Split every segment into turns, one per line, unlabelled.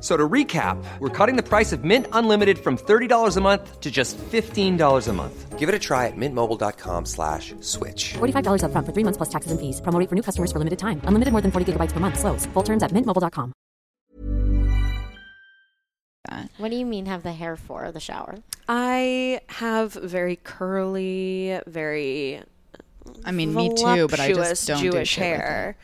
So to recap, we're cutting the price of Mint Unlimited from $30 a month to just $15 a month. Give it a try at mintmobile.com slash switch.
$45 up front for three months plus taxes and fees. Promo rate for new customers for limited time. Unlimited more than 40 gigabytes per month. Slows. Full terms at mintmobile.com.
that.
What do you mean have the hair for the shower?
I have very curly, very
I mean, me too, but I just
voluptuous
don't
Jewish
do shit with it.
hair.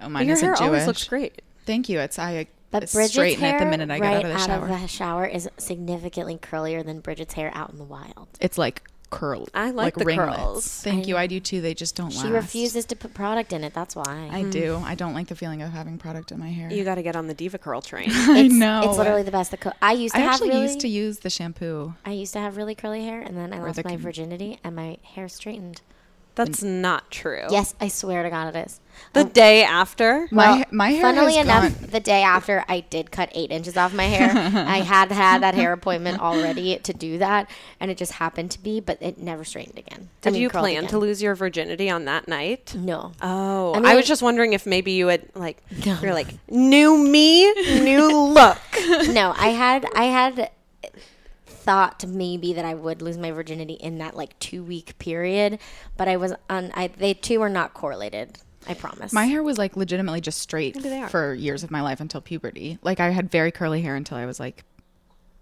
Oh,
But
mine
your
isn't
hair
Jewish.
always looks great.
Thank you. It's I
But
it's
Bridget's
straighten
hair
it the minute I get
right
out of the shower.
the shower is significantly curlier than Bridget's hair out in the wild.
it's like curled.
I like the
ringlets.
curls.
Thank you. I do too. They just don't last.
She refuses Mm. to put product in it. That's why.
I do. I don't like the feeling of having product in my hair.
You got to get on the diva curl train.
I
It's-
know.
It's literally the best. The co- I used to
I
have
actually
really,
used to use the shampoo.
I used to have really curly hair, and then I lost
the
my
con-
virginity and my hair straightened.
That's not true.
Yes, I swear to God, it is. Um,
The day after,
My my hair
Funnily
has
enough,
gone-
the day after I did cut eight inches off my hair, I had had that hair appointment already to do that, and it just happened to be, but it never straightened again. I
did
mean,
you
curled
plan to
again.
lose your virginity on that night?
No.
Oh, I,
I mean,
was just wondering if maybe you had like you're like new me, new look.
no, I had I had thought maybe that I would lose my virginity in that like two week period, but I was on. I they two are not correlated. I promise.
my hair was like legitimately just straight for years of my life until puberty. Like I had very curly hair until I was like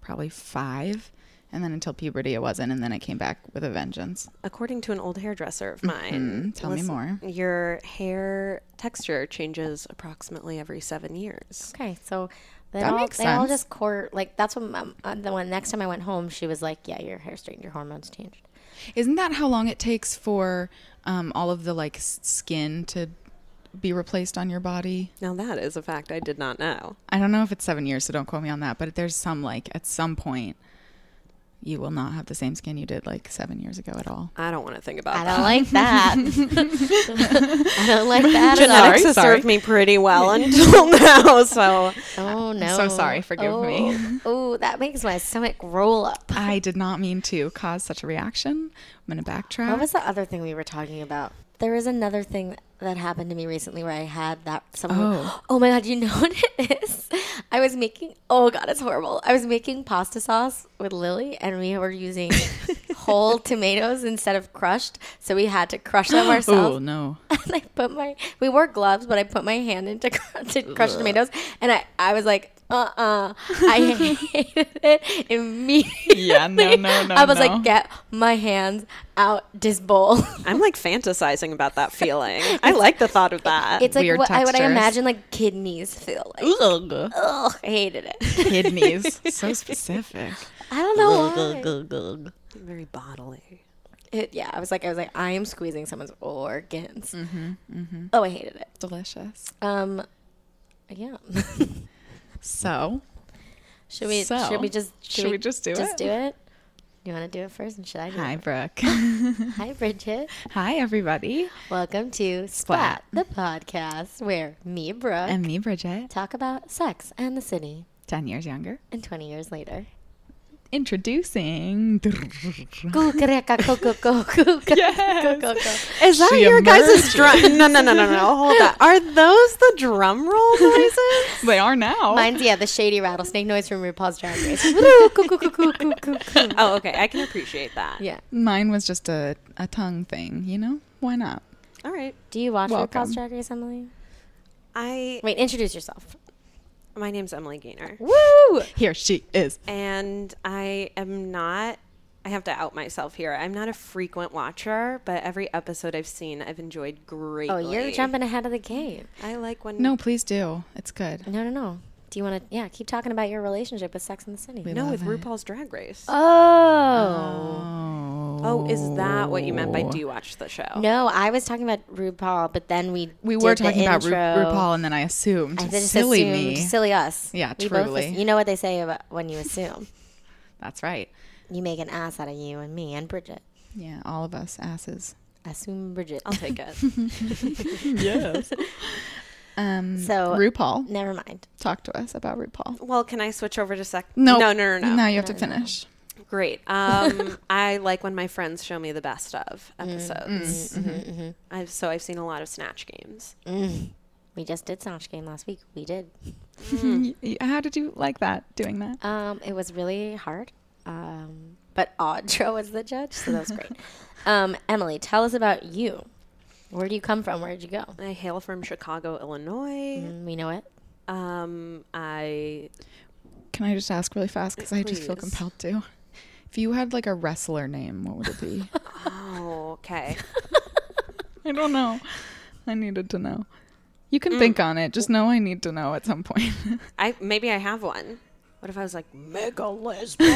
probably five, and then until puberty it wasn't, and then it came back with a vengeance.
According to an old hairdresser of mine,
Tell me more.
Your hair texture changes approximately every seven years.
Okay, so they
That
all
makes
they all
sense.
just court like that's when um, uh, the one next time I went home, she was like, "Yeah, your hair straightened, your hormones changed."
Isn't that how long it takes for um, all of the like s- skin to be replaced on your body?
Now that is a fact I did not know.
I don't know if it's seven years, so don't quote me on that. But there's some like at some point, you will not have the same skin you did like seven years ago at all.
I don't want to think
I
about
don't like that. I don't like that. at all.
genetics has
sorry.
served me pretty well until now. So
Oh no!
so sorry, forgive
oh,
me.
Oh, that makes my stomach roll up.
I did not mean to cause such a reaction. I'm gonna backtrack.
What was the other thing we were talking about? There was another thing that happened to me recently where I had that someone.
Oh.
Oh, my god! You know what it is? I was making. Oh god, it's horrible. I was making pasta sauce with Lily, and we were using whole tomatoes instead of crushed. So we had to crush them ourselves.
oh no!
and I put my we wore gloves, but I put my hand into cr- to crush tomatoes, and I I was like, uh uh I hated it immediately.
Yeah, no, no, no,
I was
no.
like, get my hands out this bowl.
I'm like fantasizing about that feeling. I like the thought of that.
It's like
Weird
what I, what I
textures.
imagine like kidneys feel like.
Ugh.
Ugh, I hated it.
Kidneys, so specific.
I don't know why.
very bodily.
It, yeah, I was like, I was like, I am squeezing someone's organs.
Mm-hmm,
Oh, I hated it.
Delicious.
Um, yeah.
So
should we?
So,
should we just?
should we just do
Just
it?
do it. You want to do it first, and should I? Do it
hi, Brooke.
Hi, Bridget.
hi, everybody.
Welcome to Splat, the podcast where me, Brooke,
And me, Bridget.
talk about sex and the city
Ten years younger.
and 20 years later.
Introducing.
Cucaraca, cucu, cucu, cucu, cucu.
Is that
She
your guys'
emerges.
drum? No, no, no, no, no. Hold on. Are those the drum roll noises?
They are now.
Mine's yeah, the shady rattlesnake noise from RuPaul's Drag Race. Woo, cuckoo, cuckoo, cuckoo, cuckoo.
oh, okay. I can appreciate that.
Yeah.
Mine was just a, a tongue thing, you know? Why not?
All right.
Do you watch
Welcome.
RuPaul's Drag Race, Emily?
I.
Wait, introduce yourself.
My name's Emily Gaynor,
Woo!
Here she is.
and I am not. I have to out myself here. I'm not a frequent watcher, but every episode I've seen, I've enjoyed greatly.
Oh, you're jumping ahead of the game.
I like when
No, please do. It's good.
No, no, no. Do you want to? Yeah, keep talking about your relationship with Sex in the City.
no with RuPaul's Drag Race.
Oh.
Oh, is that what you meant by do you watch the show?
No, I was talking about RuPaul, but then we
We
did
were
the
talking about Ru-
intro.
RuPaul, and then I assumed.
I just
silly
assumed,
me.
silly us.
Yeah,
we both
truly.
ass- you know what they say about when you assume.
That's right.
you make an ass out of you and me and Bridget.
Yeah, all of us asses.
Assume Bridget.
I'll take it.
Um,
So
RuPaul,
never mind.
talk to us about RuPaul.
well, can I switch over to sec? no,
Nope.
no, no, no.
Now you have to finish.
Great. Um, I like when my friends show me the best of episodes. Mm-hmm. I've, so I've seen a lot of Snatch games.
We just did Snatch Game last week. We did.
Y- y- How did you like that? Doing that?
Um, it was really hard, um, but Audra was the judge, so that was great. um, Emily, tell us about you. Where do you come from? Where did you go?
I hail from Chicago, Illinois.
Mm, We know it.
Um, I
Can I just ask really fast because I just feel
Please.
compelled to? If you had like a wrestler name, what would it be?
oh, okay.
I don't know. I needed to know. You can think on it. Just know I need to know at some point.
I maybe I have one. What if I was like mega lesbo?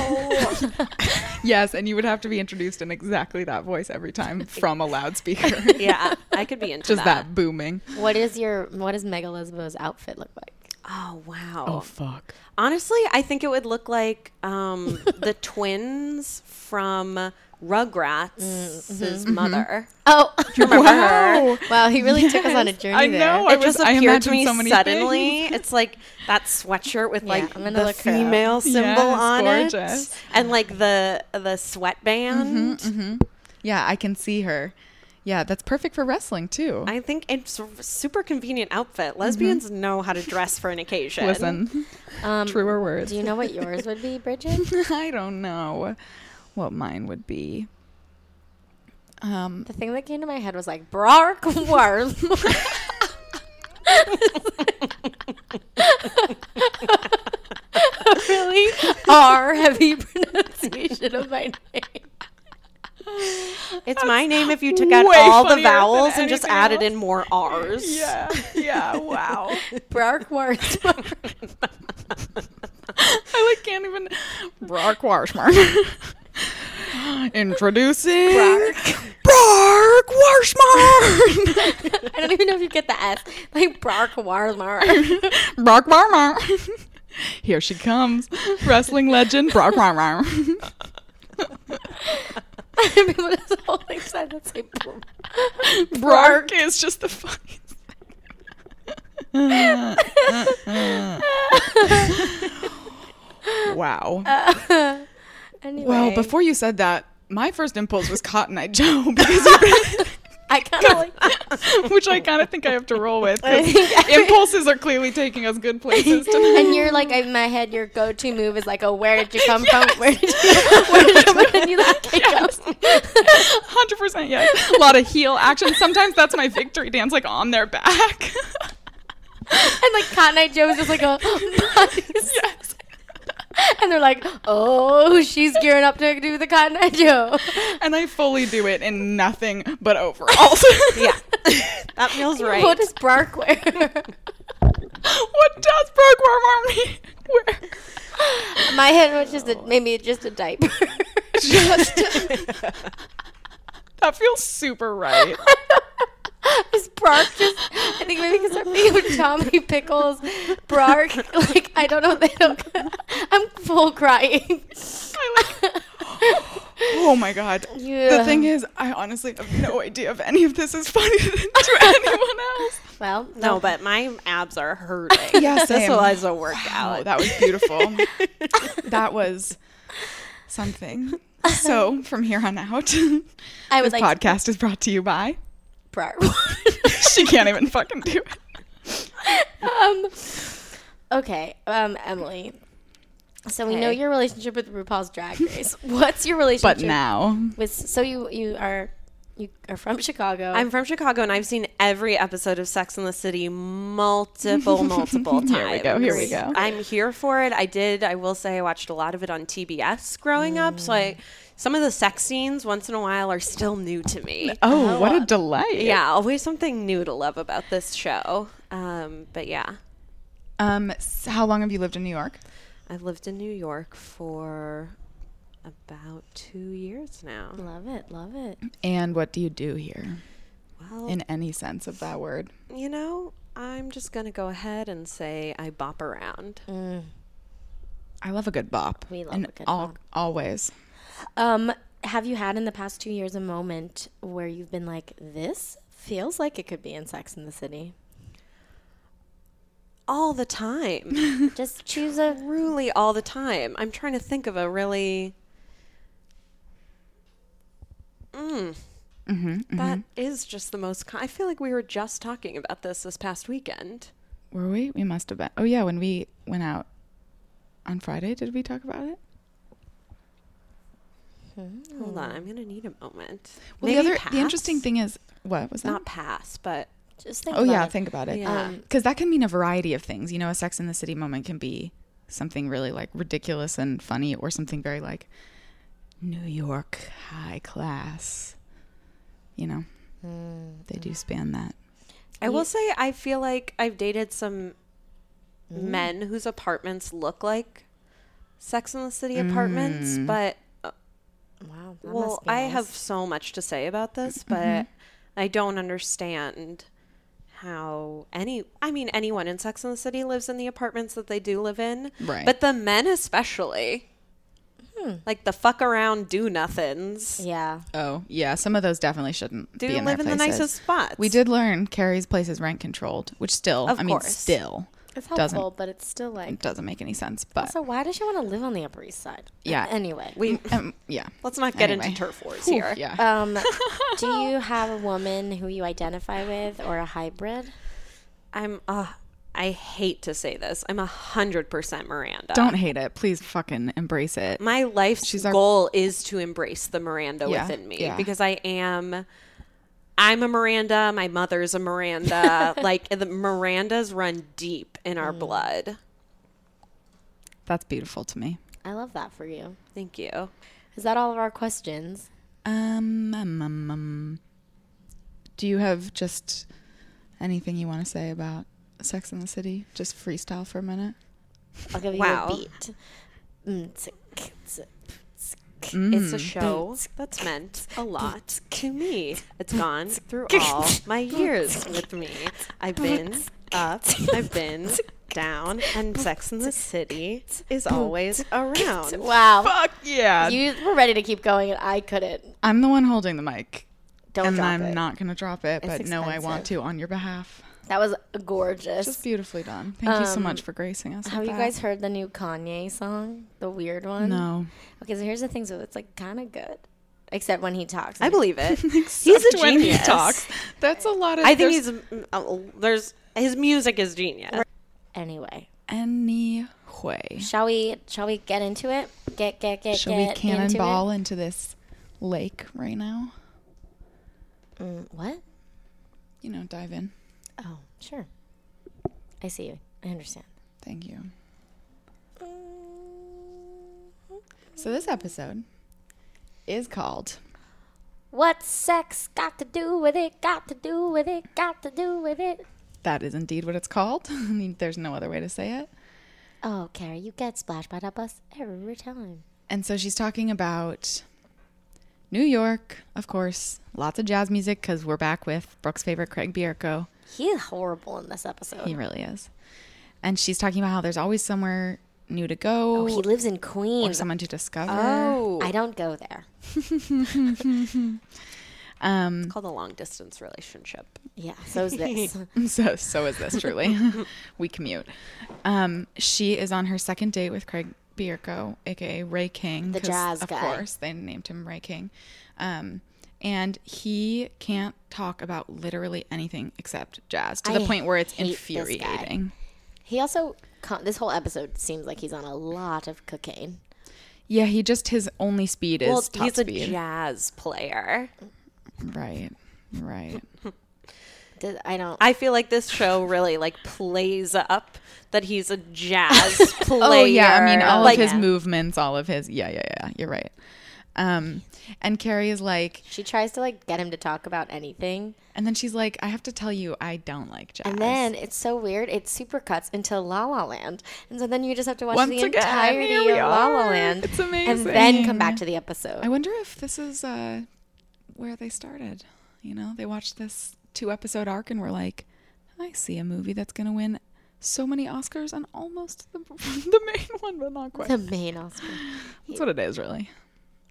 yes, and you would have to be introduced in exactly that voice every time from a loudspeaker.
yeah, I could be into
Just that booming.
What is your what does Mega Lesbo's outfit look like?
Oh wow.
fuck.
Honestly, I think it would look like um, the twins from Rugrats'
Mm, mm-hmm.
mother.
Oh,
Remember her?
wow! He really took us on a
Yes,
journey
Oh, I
there.
know.
It just
was- I
appeared to
imagined
me
so many
suddenly. It's like that sweatshirt with like
I'm gonna
the
look her up.
female symbol
Yes,
on
gorgeous.
it, and like the the sweatband.
Mm-hmm,
Yeah, I can see her. Yeah, that's perfect for wrestling too.
I think it's a super convenient outfit.
Mm-hmm.
Lesbians know how to dress for an occasion.
Listen,
Um,
truer words.
Do you know what yours would be, Bridget?
I don't know what mine would be. Um,
The thing that came to my head was like Brark Worm. really R heavy pronunciation of my name.
it's my name if you took out
way
all the
funnier than
vowels and just
anything
added in more R's.
yeah, yeah, wow.
Brark Worm.
I like can't even. Brock Warshmark. Introducing Brock Warshmark.
I don't even know if you get the S. Like Brark Worm.
Brock Warmar. Here she comes, wrestling legend Brock Warmar.
People just all excited to say Brark.
Brock is just the funniest. wow.
Anyway,
Well, before you said that, my first impulse was Cotton Eye Joe because you
I kind of like
which I kind of think I have to roll with. 'cause impulses are clearly taking us good places tonight.
and you're like in my head your go-to move is like oh where did you come from where did you where did you come from and you like it goes.
Hundred percent, yes. A lot of heel action. Sometimes that's my victory dance, like on their back.
and like Cotton Eye Joe is just like a
yes.
and they're like oh she's gearing up to do the Cotton Eye Joe
And I fully do it in nothing but overalls.
Yeah. that feels right.
what does Brark wear
what does Brookworm Army wear?
my head was just a, maybe just a diaper
Just that feels super right.
is Brark just I think maybe because I'm thinking of Tommy Pickles Brark like I don't know they don't I'm full crying
I like. Oh my god. The
Yeah.
thing is, I honestly have no idea if any of this is funny to anyone else.
well
No, but my abs are hurting.
Yeah,
this
same. Oh,
was a
Wow,
workout.
that was beautiful. that was something. so from here on out,
I
this
would like to-
podcast is brought to you by.
Brar-
she can't even fucking do it.
Um, okay, um, Emily. So we know your relationship with RuPaul's Drag Race. What's your relationship?
But now,
with so you you are you are from Chicago.
I'm from Chicago and I've seen every episode of Sex and the City multiple, multiple times.
Here we go, here we go.
I'm here for it. I did, I will say, I watched a lot of it on TBS growing up. So
Mm.
I, some of the sex scenes once in a while are still new to me.
oh, what a delight!
Yeah, always something new to love about this show. Um, but yeah,
Um, s- how long have you lived in New York?
I've lived in New York for about two years now.
love it, love it.
And what do you do here,
Well,
in any sense of that word?
you know, I'm just going to go ahead and say I bop around.
I love a good bop.
We love
in
a good
all,
bop.
Always.
Um, have you had in the past two years a moment where you've been like, this feels like it could be in Sex in the City?
All the time.
Just choose a.
really all the time. I'm trying to think of a really.
Mm-hmm,
Mm. That is just the most. Con- I feel like we were just talking about this this past weekend.
Were we? We must have been. Oh yeah, when we went out on Friday, did we talk about it?
Hold on, I'm gonna need a moment.
Well,
Maybe
the other,
pass?
the interesting thing is, what was that?
not pass, but um,
Just think
oh
about
yeah, Um,
it.
think about it.
Yeah.
because that can mean a variety of things. You know, a Sex in the City moment can be something really like ridiculous and funny, or something very like New York high class. You know,
Mm.
they do span that.
I will say I feel like I've dated some
Mm.
men whose apartments look like Sex in the City apartments,
Mm.
but
Wow. that
Well,
must be
I
nice.
have so much to say about this, but I don't understand how any I mean anyone in Sex and the City lives in the apartments that they do live in.
Right.
But the men especially. Like the fuck around do nothings.
Yeah.
Oh yeah, some of those definitely shouldn't
Do
be in
live
their
in the
places.
nicest spots.
We did learn Carrie's place is rent controlled, which still,
Of
I mean,
course.
still
It's
doesn't-
helpful, but it's still like.
doesn't make any sense. But
So why does she want to live on the Upper East Side?
Yeah.
Anyway.
We
um, yeah,
let's not get
Anyway.
into turf wars
Whew,
here.
Yeah.
um, do you have a woman who you identify with or a hybrid?
I'm uh I hate to say this. I'm a hundred percent Miranda.
Don't hate it. Please fucking embrace it.
my life's
She's our-
goal is to embrace the Miranda
Yeah,
within me
yeah.
because I am I'm a Miranda, my mother's a Miranda. like the Mirandas run deep in
Mm.
our blood.
That's beautiful to me.
I love that for you.
Thank you.
Is that all of our questions?
Um, um, um, um. do you have just anything you want to say about Sex in the City? Just freestyle for a minute.
I'll give
Wow.
you a beat. Mm, tsk, tsk.
Mm.
It's a show that's meant a lot to me. It's gone through all my years with me. I've been up, I've been down, and Sex in the City is always around.
Wow.
Fuck yeah!
You were ready to keep going, and I couldn't.
I'm the one holding the mic,
Don't
and
drop
I'm
it.
not gonna drop it. But no, I want
expensive.
to on your behalf.
That was gorgeous.
Just beautifully done. Thank you so much for gracing us.
Um, Have
with
you
that.
guys heard the new Kanye song, the weird one?
No.
Okay, so here's the thing. So it's like kind of good, except when he talks.
I believe it. He's
Except
a
when he
genius.
talks. That's a lot of.
I think
there's
he's uh, there's his music is genius.
Anyway,
anyway.
shall we? Shall we get into it? Get get get
Shall
get
we
into
cannonball
it?
into this lake right now?
Mm, What?
You know, dive in.
Oh, sure. I see you. I understand.
Thank you. So this episode is called
What's sex got to do with it? Got to do with it? Got to do with it?
That is indeed what it's called. I mean, there's no other way to say it.
Oh, Carrie, you get splashed by that bus every time.
And so she's talking about New York, of course, lots of jazz music because we're back with Brooke's favorite Craig Bierko.
He's horrible in this episode.
He really is. And she's talking about how there's always somewhere new to go
Oh, he Oh, lives in
or
Queens.
someone to discover.
I don't go there.
It's called a long distance relationship.
Yeah, so is this.
so so is this truly we commute um she is on her second date with craig Bierko, aka Ray King.
The
'cause
jazz
of
guy.
course, they named him Ray King. Um, and he can't talk about literally anything except jazz to the
I
point where it's
hate this guy.
infuriating.
He also con- this whole episode seems like he's on a lot of cocaine.
Yeah, he just his only speed is
Well,
top
he's a
speed.
jazz player.
right, right.
Did- I don't.
I feel like this show really like plays up that he's a jazz player.
Oh yeah, I mean all
like,
of his movements, all of his yeah, yeah, yeah. You're right. Um, and Carrie is like,
she tries to like get him to talk about anything,
and then she's like, I have to tell you, I don't like jazz.
and then it's so weird. It supercuts into La La Land, and so then you just have to watch
Once
the
again,
entirety
here
of
we
La La
are.
Land,
It's
and then
amazing.
come back to the episode.
I wonder if this is uh, where they started. You know, they watched this two episode arc and were like, I see a movie that's gonna win so many Oscars and almost the, the main one, but not quite.
the main Oscar,
That's what it is, really.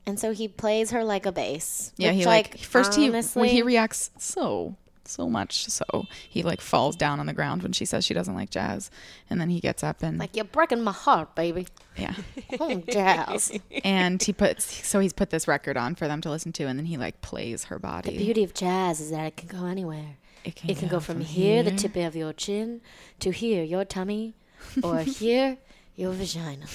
and so he plays her like a bass.
Yeah, he
which,
like, first he
honestly,
when he reacts so so much so he like falls down on the ground when she says she doesn't like jazz, and then he gets up and
like you're breaking my heart, baby.
yeah,
Oh, jazz,
and he puts so he's put this record on for them to listen to, and then he like plays her body.
beauty of jazz is that it can go anywhere.
It
It can go from here, the tip of your chin, to here, your tummy, or here, your vagina.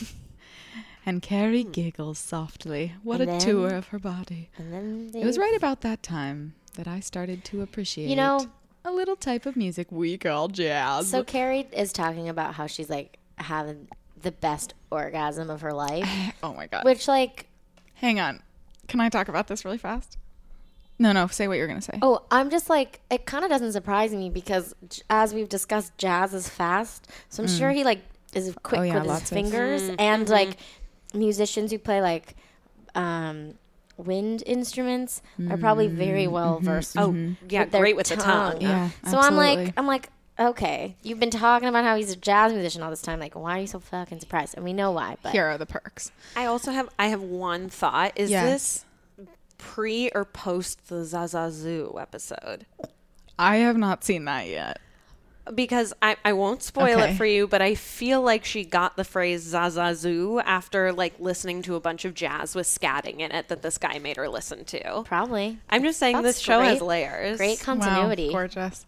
And Carrie giggles softly. What
Hmm. And
a
then-
tour of her body.
And then they,
It was right about that time that I started to appreciate
know-
a little type of music we call jazz.
So Carrie is talking about how she's like having the best orgasm of her life,
oh my god.
which like
Hang on. Can I talk about this really fast? No, no, say what you're going to say.
oh, I'm just like it kind of doesn't surprise me because j- as we've discussed, jazz is fast, so I'm sure he like is quick
Mm. Oh, yeah,
with
lots
his
of-
fingers
Mm, mm-hmm.
and like musicians who play like um wind instruments are probably very well versed
oh yeah,
their
great with the tongue.
Mm, mm-hmm, Yeah,
So I'm
absolutely.
like, I'm like, okay, you've been talking about how he's a jazz musician all this time. Like, why are you so fucking surprised? And we know why, but
Here are the perks.
I also have I have one thought. Is this pre or post the Zaza Zoo episode?
I have not seen that yet.
Because I, I won't spoil
Okay.
it for you, but I feel like she got the phrase Zaza Zoo after like listening to a bunch of jazz with scatting in it that this guy made her listen to.
probably
I'm just saying
That's
this show has
great-
layers.
great
Wow,
continuity.
gorgeous.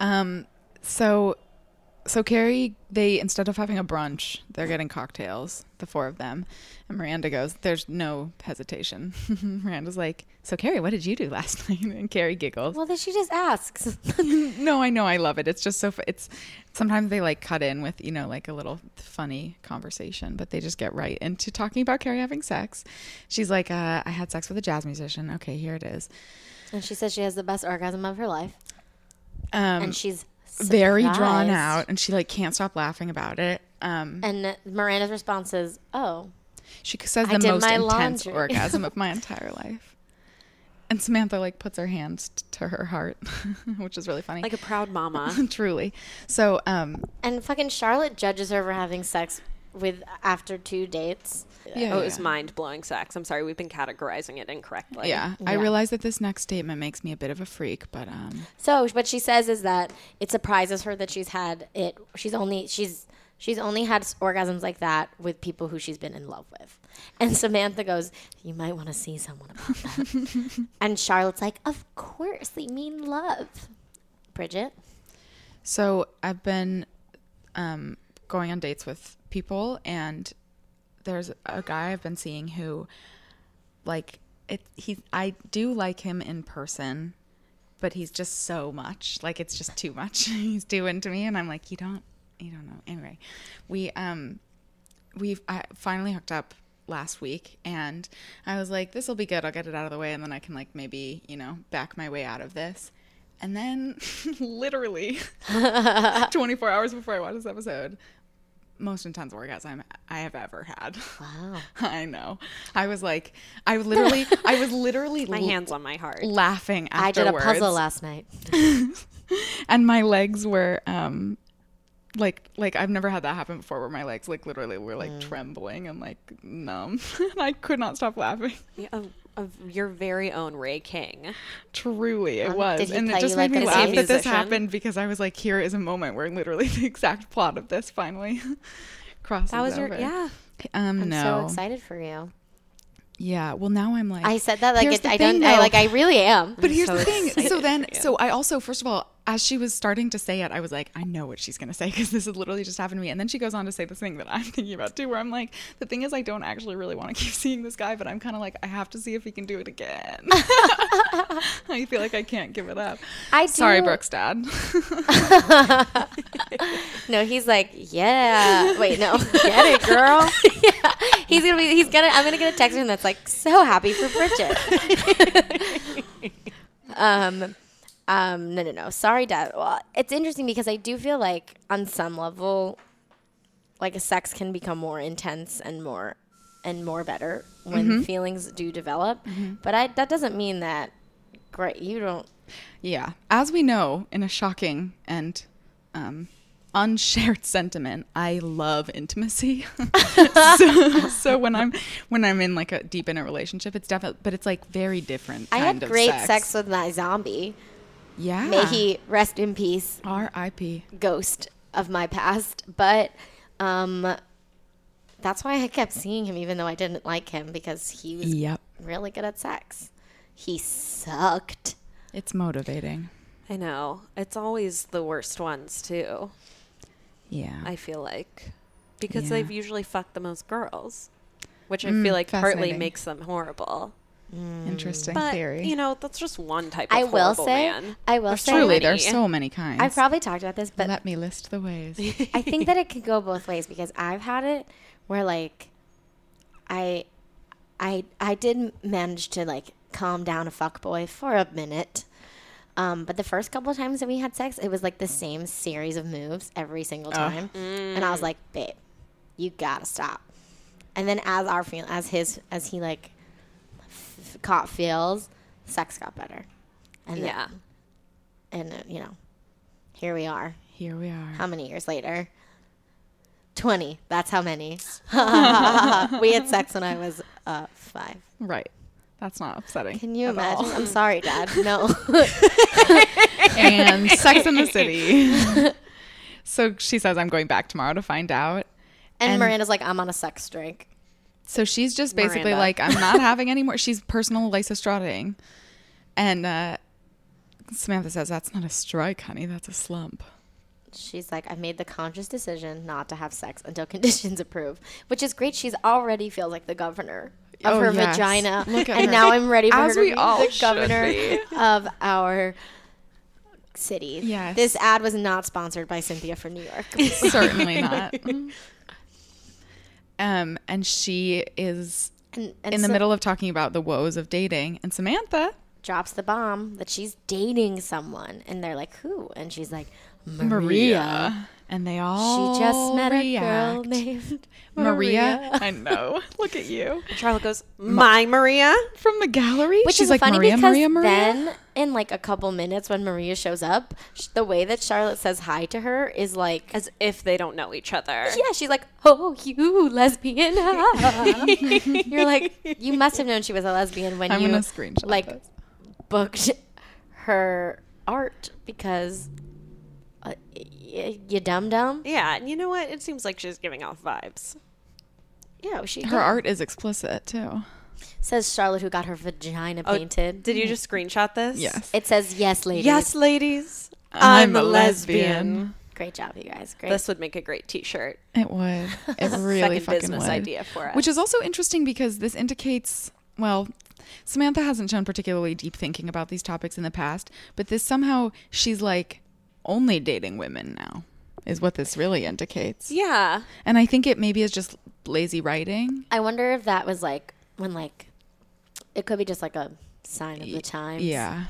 Um, so, so Carrie, they instead of having a brunch, they're
Mm-hmm.
getting cocktails, the four of them. And Miranda goes, "There's no hesitation." Miranda's like, "So Carrie, what did you do last night?" And Carrie giggles.
well, then she just asks.
No, I know, I love it. It's just so. F- it's sometimes they like cut in with you know like a little funny conversation, but they just get right into talking about Carrie having sex. She's like, uh, "I had sex with a jazz musician." Okay, here it is.
and she says she has the best orgasm of her life,
Um,
and she's
very drawn
surprised.
out and she like can't stop laughing about it um
And Miranda's response is, "Oh,
she says
I
the
did
most
my
intense
laundry.
orgasm of my entire life and samantha like puts her hand t- to her heart which is really funny
Like a proud mama.
truly so um
and fucking Charlotte judges her for having sex with after two dates."
yeah,
Oh, it was
yeah.
mind blowing sex. I'm sorry, we've been categorizing it incorrectly.
yeah, I realize that this next statement makes me a bit of a freak, but um,
So what she says is that it surprises her that she's had it. She's only she's she's only had s- orgasms like that with people who she's been in love with. And Samantha goes, "You might want to see someone about that." and Charlotte's like, "Of course, they mean love." Bridget,
so I've been um going on dates with people, and there's a guy I've been seeing who, like, it he I do like him in person, but he's just so much like it's just too much he's doing to me and i'm like you don't you don't know anyway we um we've I finally hooked up last week and i was like this will be good i'll get it out of the way and then i can like maybe you know back my way out of this and then literally 24 hours before i watched this episode most intense orgasm i have ever had wow i know i was like i literally i was literally
My hands on my heart.
laughing
I did a
afterwards.
puzzle last night.
and my legs were um like like I've never had that happen before where my legs like literally were
Mm.
like trembling and like numb and I could not stop laughing.
Of, of your very own Ray King.
Truly it was.
Um, did he
and
play
it
you
just
like
made me
a
laugh that this
musician?
happened because I was like here is a moment where literally the exact plot of this finally crosses
That was your
over.
yeah.
Um,
I'm
no.
so excited for you.
Yeah. Well, now I'm like.
I said that like
Here's
it,
the
I
thing,
don't. I,
though.
like I really am.
But here's the thing. So then, so I also, first of all, as she was starting to say it, I was like, I know what she's going to say because this has literally just happened to me. And then she goes on to say this thing that I'm thinking about too, where I'm like, the thing is, I don't actually really want to keep seeing this guy, but I'm kind of like, I have to see if he can do it again. I feel like I can't give it up.
I
Sorry,
do-
Brooks' dad.
No, he's like, yeah. Wait, no, get it, girl. yeah, he's gonna be. He's gonna. I'm gonna get a text from him that's like, so happy for Bridget. um, um, no, no, no. Sorry, Dad. Well, it's interesting because I do feel like on some level, like a sex can become more intense and more and more better when feelings do develop. But I that doesn't mean that. Great, you don't.
Yeah. As we know, in a shocking and um, unshared sentiment, I love intimacy. so, so when I'm when I'm in like a deep in a relationship, it's definitely but it's like very different.
I
kind
had
of
great sex. with my zombie.
yeah.
May he rest in peace.
R.I.P.
ghost of my past, but um, that's why I kept seeing him, even though I didn't like him because he was
Yep.
really good at sex. He sucked.
It's motivating.
I know. It's always the worst ones too.
Yeah.
I feel like because
Yeah.
they've usually fucked the most girls, which
Mm,
I feel like partly
fascinating.
makes them horrible.
Interesting
But
theory.
you know, that's just one type. Of
I will
horrible
say,
man.
I will
There's
say,
so
Truly,
many.
there are so many kinds.
I've probably talked about this, but
Let me list the ways.
I think that it could go both ways because I've had it where like I I I did manage to like calm down a fuckboy for a minute. Um, but the first couple of times that we had sex, it was like the same series of moves every single time. And I was like, babe, you gotta stop. And then as our feel as his as he like f- f- caught feels, sex got better. And
Yeah.
yeah. and uh, you know, here we are
Here we are.
how many years later? 20. That's how many. we had sex when I was uh, five.
Right. That's not upsetting.
Can you
at all.
imagine? I'm sorry, Dad. No.
and Sex in the City. so she says, I'm going back tomorrow to find out.
and Miranda's like, I'm on a sex strike.
So she's just basically
Miranda.
like, I'm not having any more. She's personal lysistrataing. And uh, Samantha says, That's not a strike, honey. That's a slump.
She's like, I made the conscious decision not to have sex until conditions approve, which is great. She's already feels like the governor of
Oh,
her
yes.
vagina.
Look at
and
her.
now I'm ready for
As
her to
we
be
all
the
should
governor
be.
of our city.
Yes.
This ad was not sponsored by Cynthia from New York.
Certainly not. Um, and she is
And, and
in the
so-
middle of talking about the woes of dating. And Samantha,
drops the bomb that she's dating someone and they're like who and she's like maria,
and they
she
all
just met a girl
react.
named
Maria. I know. Look at you.
Charlotte goes, "My Maria."
From the gallery?
which
she's
is
like,
funny
Maria,
because
Maria, Maria.
then in like a couple minutes when maria shows up sh- the way that charlotte says hi to her is like
As if they don't know each other.
yeah she's like oh you lesbian huh?" you're like you must have known she was a lesbian when
I'm
you
gonna screenshot
like
this.
booked her art because uh, y- you dumb dumb
Yeah, and you know what? It seems like she's giving off vibes.
yeah she
Her art is explicit too.
Says Charlotte, who got her vagina
Oh,
painted.
Did you just screenshot this?
Mm-hmm. Yes.
it says yes, ladies.
Yes, ladies.
I'm
I'm,
a
a lesbian.
lesbian.
Great job, you guys. Great.
This would make a great T-shirt.
It would. It really
Second
fucking
business
would.
idea for us.
Which is also interesting because this indicates, well, Samantha hasn't shown particularly deep thinking about these topics in the past, but this somehow she's like only dating women now is what this really indicates.
Yeah.
And I think it maybe is just lazy writing.
I wonder if that was like when like it could be just like a sign of the times.
Yeah.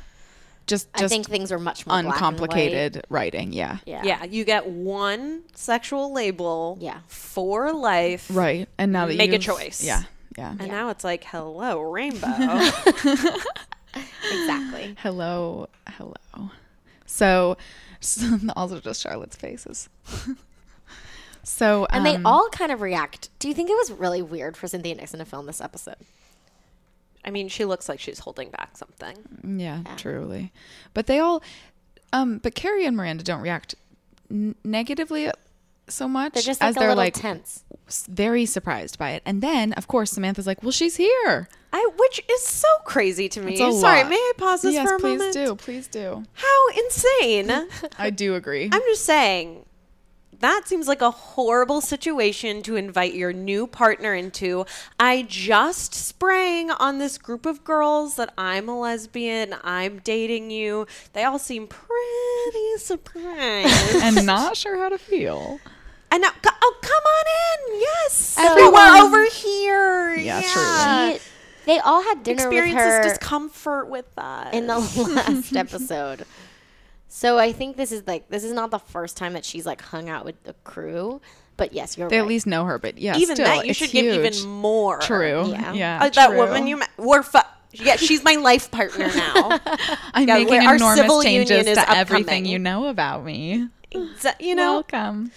Just
I
just
think things were much more black and white.
uncomplicated writing, yeah.
Yeah.
Yeah, you get one sexual label
Yeah.
for life.
Right. And now that
Make a
you've-
choice.
Yeah. Yeah.
And now it's like, hello, rainbow.
Exactly.
Hello, hello. So, also just Charlotte's faces. so,
And they
um,
all kind of react. Do you think it was really weird for Cynthia Nixon to film this episode?
I mean, she looks like she's holding back something.
yeah, truly, but they all, um, but Carrie and Miranda don't react n- negatively so much
They're just
as
like a
they're
little
like,
tense.
was very surprised by it. And then, of course, Samantha's like, "Well, she's here."
I, which is so crazy to me.
It's a
Sorry,
lot.
may I pause this
yes,
for a
please
moment?
do. Please do.
How insane!
I do agree.
I'm just saying that seems like a horrible situation to invite your new partner into. I just sprang on this group of girls that I'm a lesbian, I'm dating you. They all seem pretty surprised.
and not sure how to feel.
and now, co- oh, come on in. Yes.
Everyone.
We're over here.
Yeah,
She- they all had dinner
Experiences
with her
discomfort with us.
in the last episode. So I think this is like this is not the first time that she's like hung out with the crew. But yes, you're
They
right.
at least know her, but yeah,
even
still,
that you
it's
should
huge.
give even more.
True.
Yeah.
Yeah.
Uh, that
true.
woman you met, we're fu- yeah, she's my life partner now.
I'm
Yeah,
making
we- our
enormous
civil union
changes
is
to everything
upcoming.
you know about me.
So, uh, you know,
Welcome.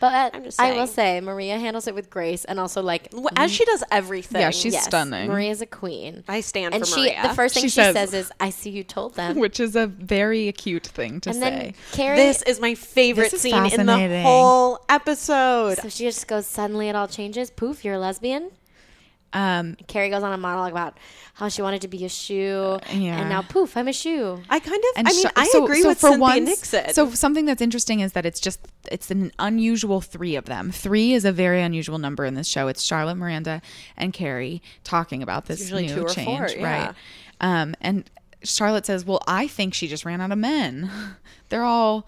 but
just
I will
saying.
say Maria handles it with grace and also like
w- as she does everything.
Yeah, she's stunning.
Maria's a queen.
I stand
and
for
she
Maria.
the first thing she,
She
says,
says-
is, "I see you told them."
Which is a very acute thing to
and
say.
then Carrie
This is my favorite
This is
scene in the
fascinating.
whole episode.
So she just goes, suddenly it all changes. Poof, you're a lesbian.
um,
Carrie goes on a monologue about how she wanted to be a shoe.
yeah.
And now, poof, I'm a shoe.
I kind of,
and
I mean,
sh-
I
so-
agree
so
with
for
Cynthia
once-
Nixon.
So something that's interesting is that it's just it's an unusual three of them. Three is a very unusual number in this show. It's Charlotte, Miranda, and Carrie talking about this
usually
new
two or
change,
four, yeah.
right? Um, and Charlotte says, "Well, I think she just ran out of men. They're all."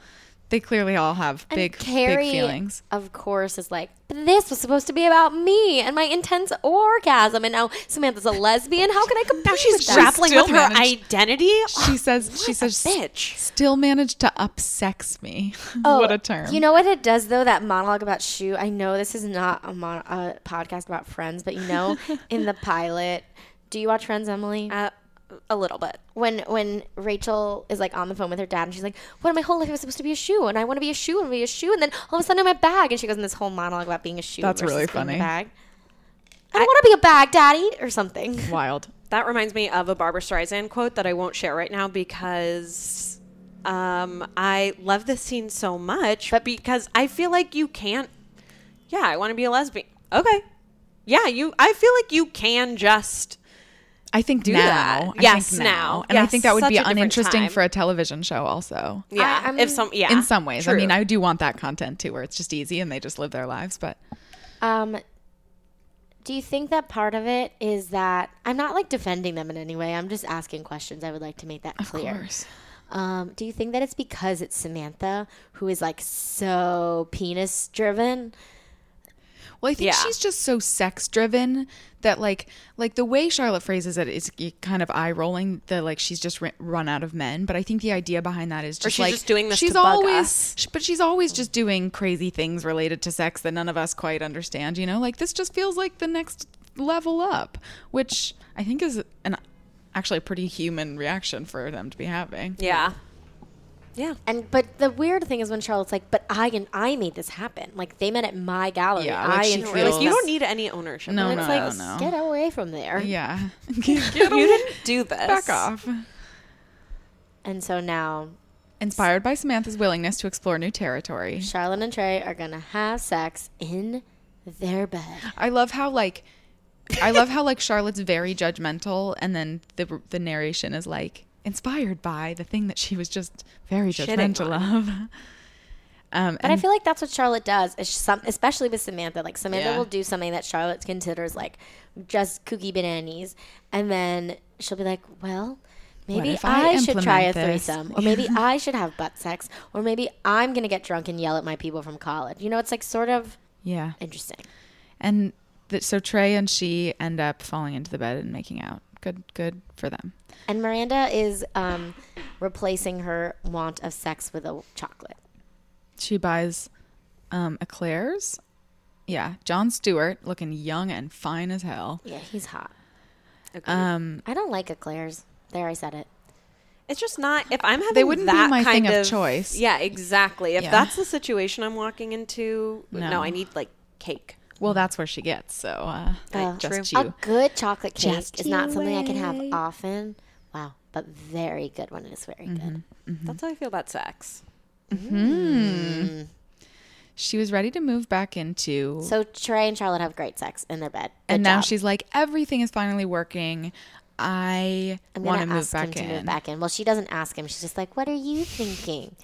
They clearly all have
And
big,
Carrie,
big feelings.
of course, is like, but this was supposed to be about me and my intense orgasm. And now Samantha's a lesbian. How can I compare?
now she's
with
grappling
still
with her
managed-
identity.
She says, "She says,
bitch. Oh,
still managed to upsex me. what a term!
You know what it does though? That monologue about shoe. I know this is not a, mon- a podcast about friends, but you know, in the pilot, do you watch Friends, Emily?
Uh, a little bit.
when when Rachel is like on the phone with her dad and she's like, "What my whole life I was supposed to be a shoe and I want to be a shoe and be a shoe and then all of a sudden I'm a bag." And she goes in this whole monologue about being a shoe.
That's
versus
really
being
funny.
a bag. I don't want to be a bag, daddy, or something.
wild.
That reminds me of a Barbara Streisand quote that I won't share right now because um, I love this scene so much. But because I feel like you can't. Yeah, I want to be a lesbian. Okay. Yeah, you. I feel like you can just.
I think now.
that.
I think
Yes, now.
And I
Yes,
think that would
such
be
a different
uninteresting
time.
for a television show, also.
Yeah.
I'm-
if some. Yeah.
In some ways. I
true.
mean, I do want that content too, where it's just easy and they just live their lives. But
Um, do you think that part of it is that I'm not like defending them in any way? I'm just asking questions. I would like to make that clear. Um, do you think that it's because it's Samantha who is like so penis driven?
Well, I think
Yeah.
she's just so sex driven that like like the way Charlotte phrases it is kind of eye rolling. The like she's just ri- run out of men, but I think the idea behind that is just
she's
like
just doing this
she's
to bug
always,
us.
sh- but she's always just doing crazy things related to sex that none of us quite understand. You know, like this just feels like the next level up, which I think is an actually a pretty human reaction for them to be having.
Yeah. Yeah.
And but the weird thing is when Charlotte's like, "But I and I made this happen. Like they met at my gallery.
Yeah,
I
like, she
and
feels-
We're like, you
Feels-
don't need any ownership.
No,
It's
no,
like,
no,
Let's
no.
Get away from there.
Yeah,
you didn't do this.
back off.
And so now
Inspired by Samantha's willingness to explore new territory,
Charlotte and Trey are gonna have sex in their bed.
I love how like I love how like Charlotte's very judgmental and then the the narration is like inspired by the thing that she was just very
Shitting
judgmental of. Um
But I feel like that's what Charlotte does, is some, especially with Samantha. Like Samantha
Yeah.
will do something that Charlotte considers like just kooky bananas, and then she'll be like, "Well, maybe
if
I,
I
should try a
implement this?"
threesome, or maybe I should have butt sex, or maybe I'm gonna get drunk and yell at my people from college." You know, it's like sort of
yeah.
interesting.
And th- so Trey and she end up falling into the bed and making out. Good good for them.
And Miranda is um, replacing her want of sex with a chocolate.
She buys um eclairs. Yeah, John Stewart looking young and fine as hell.
Yeah, he's hot.
Um
I don't like eclairs. There, I said it.
It's just not if I'm having
They wouldn't be
that
my
kind
thing of choice.
Yeah, exactly. If
Yeah.
that's the situation I'm walking into, no,
No.
I need like cake.
well that's where she gets. So uh
Oh,
just
A
you.
good chocolate cake
Just
is not
you
something I can have
wait.
often. Wow, but very good
Mm-hmm.
when it is very good.
That's how I feel about sex.
She was ready to move back into
So Trey and Charlotte have great sex in their bed. Good
and now
job.
she's like, everything is finally working. I
I'm
want
gonna
move
ask him
back
to
in.
move back in. Well, she doesn't ask him. She's just like, "What are you thinking?"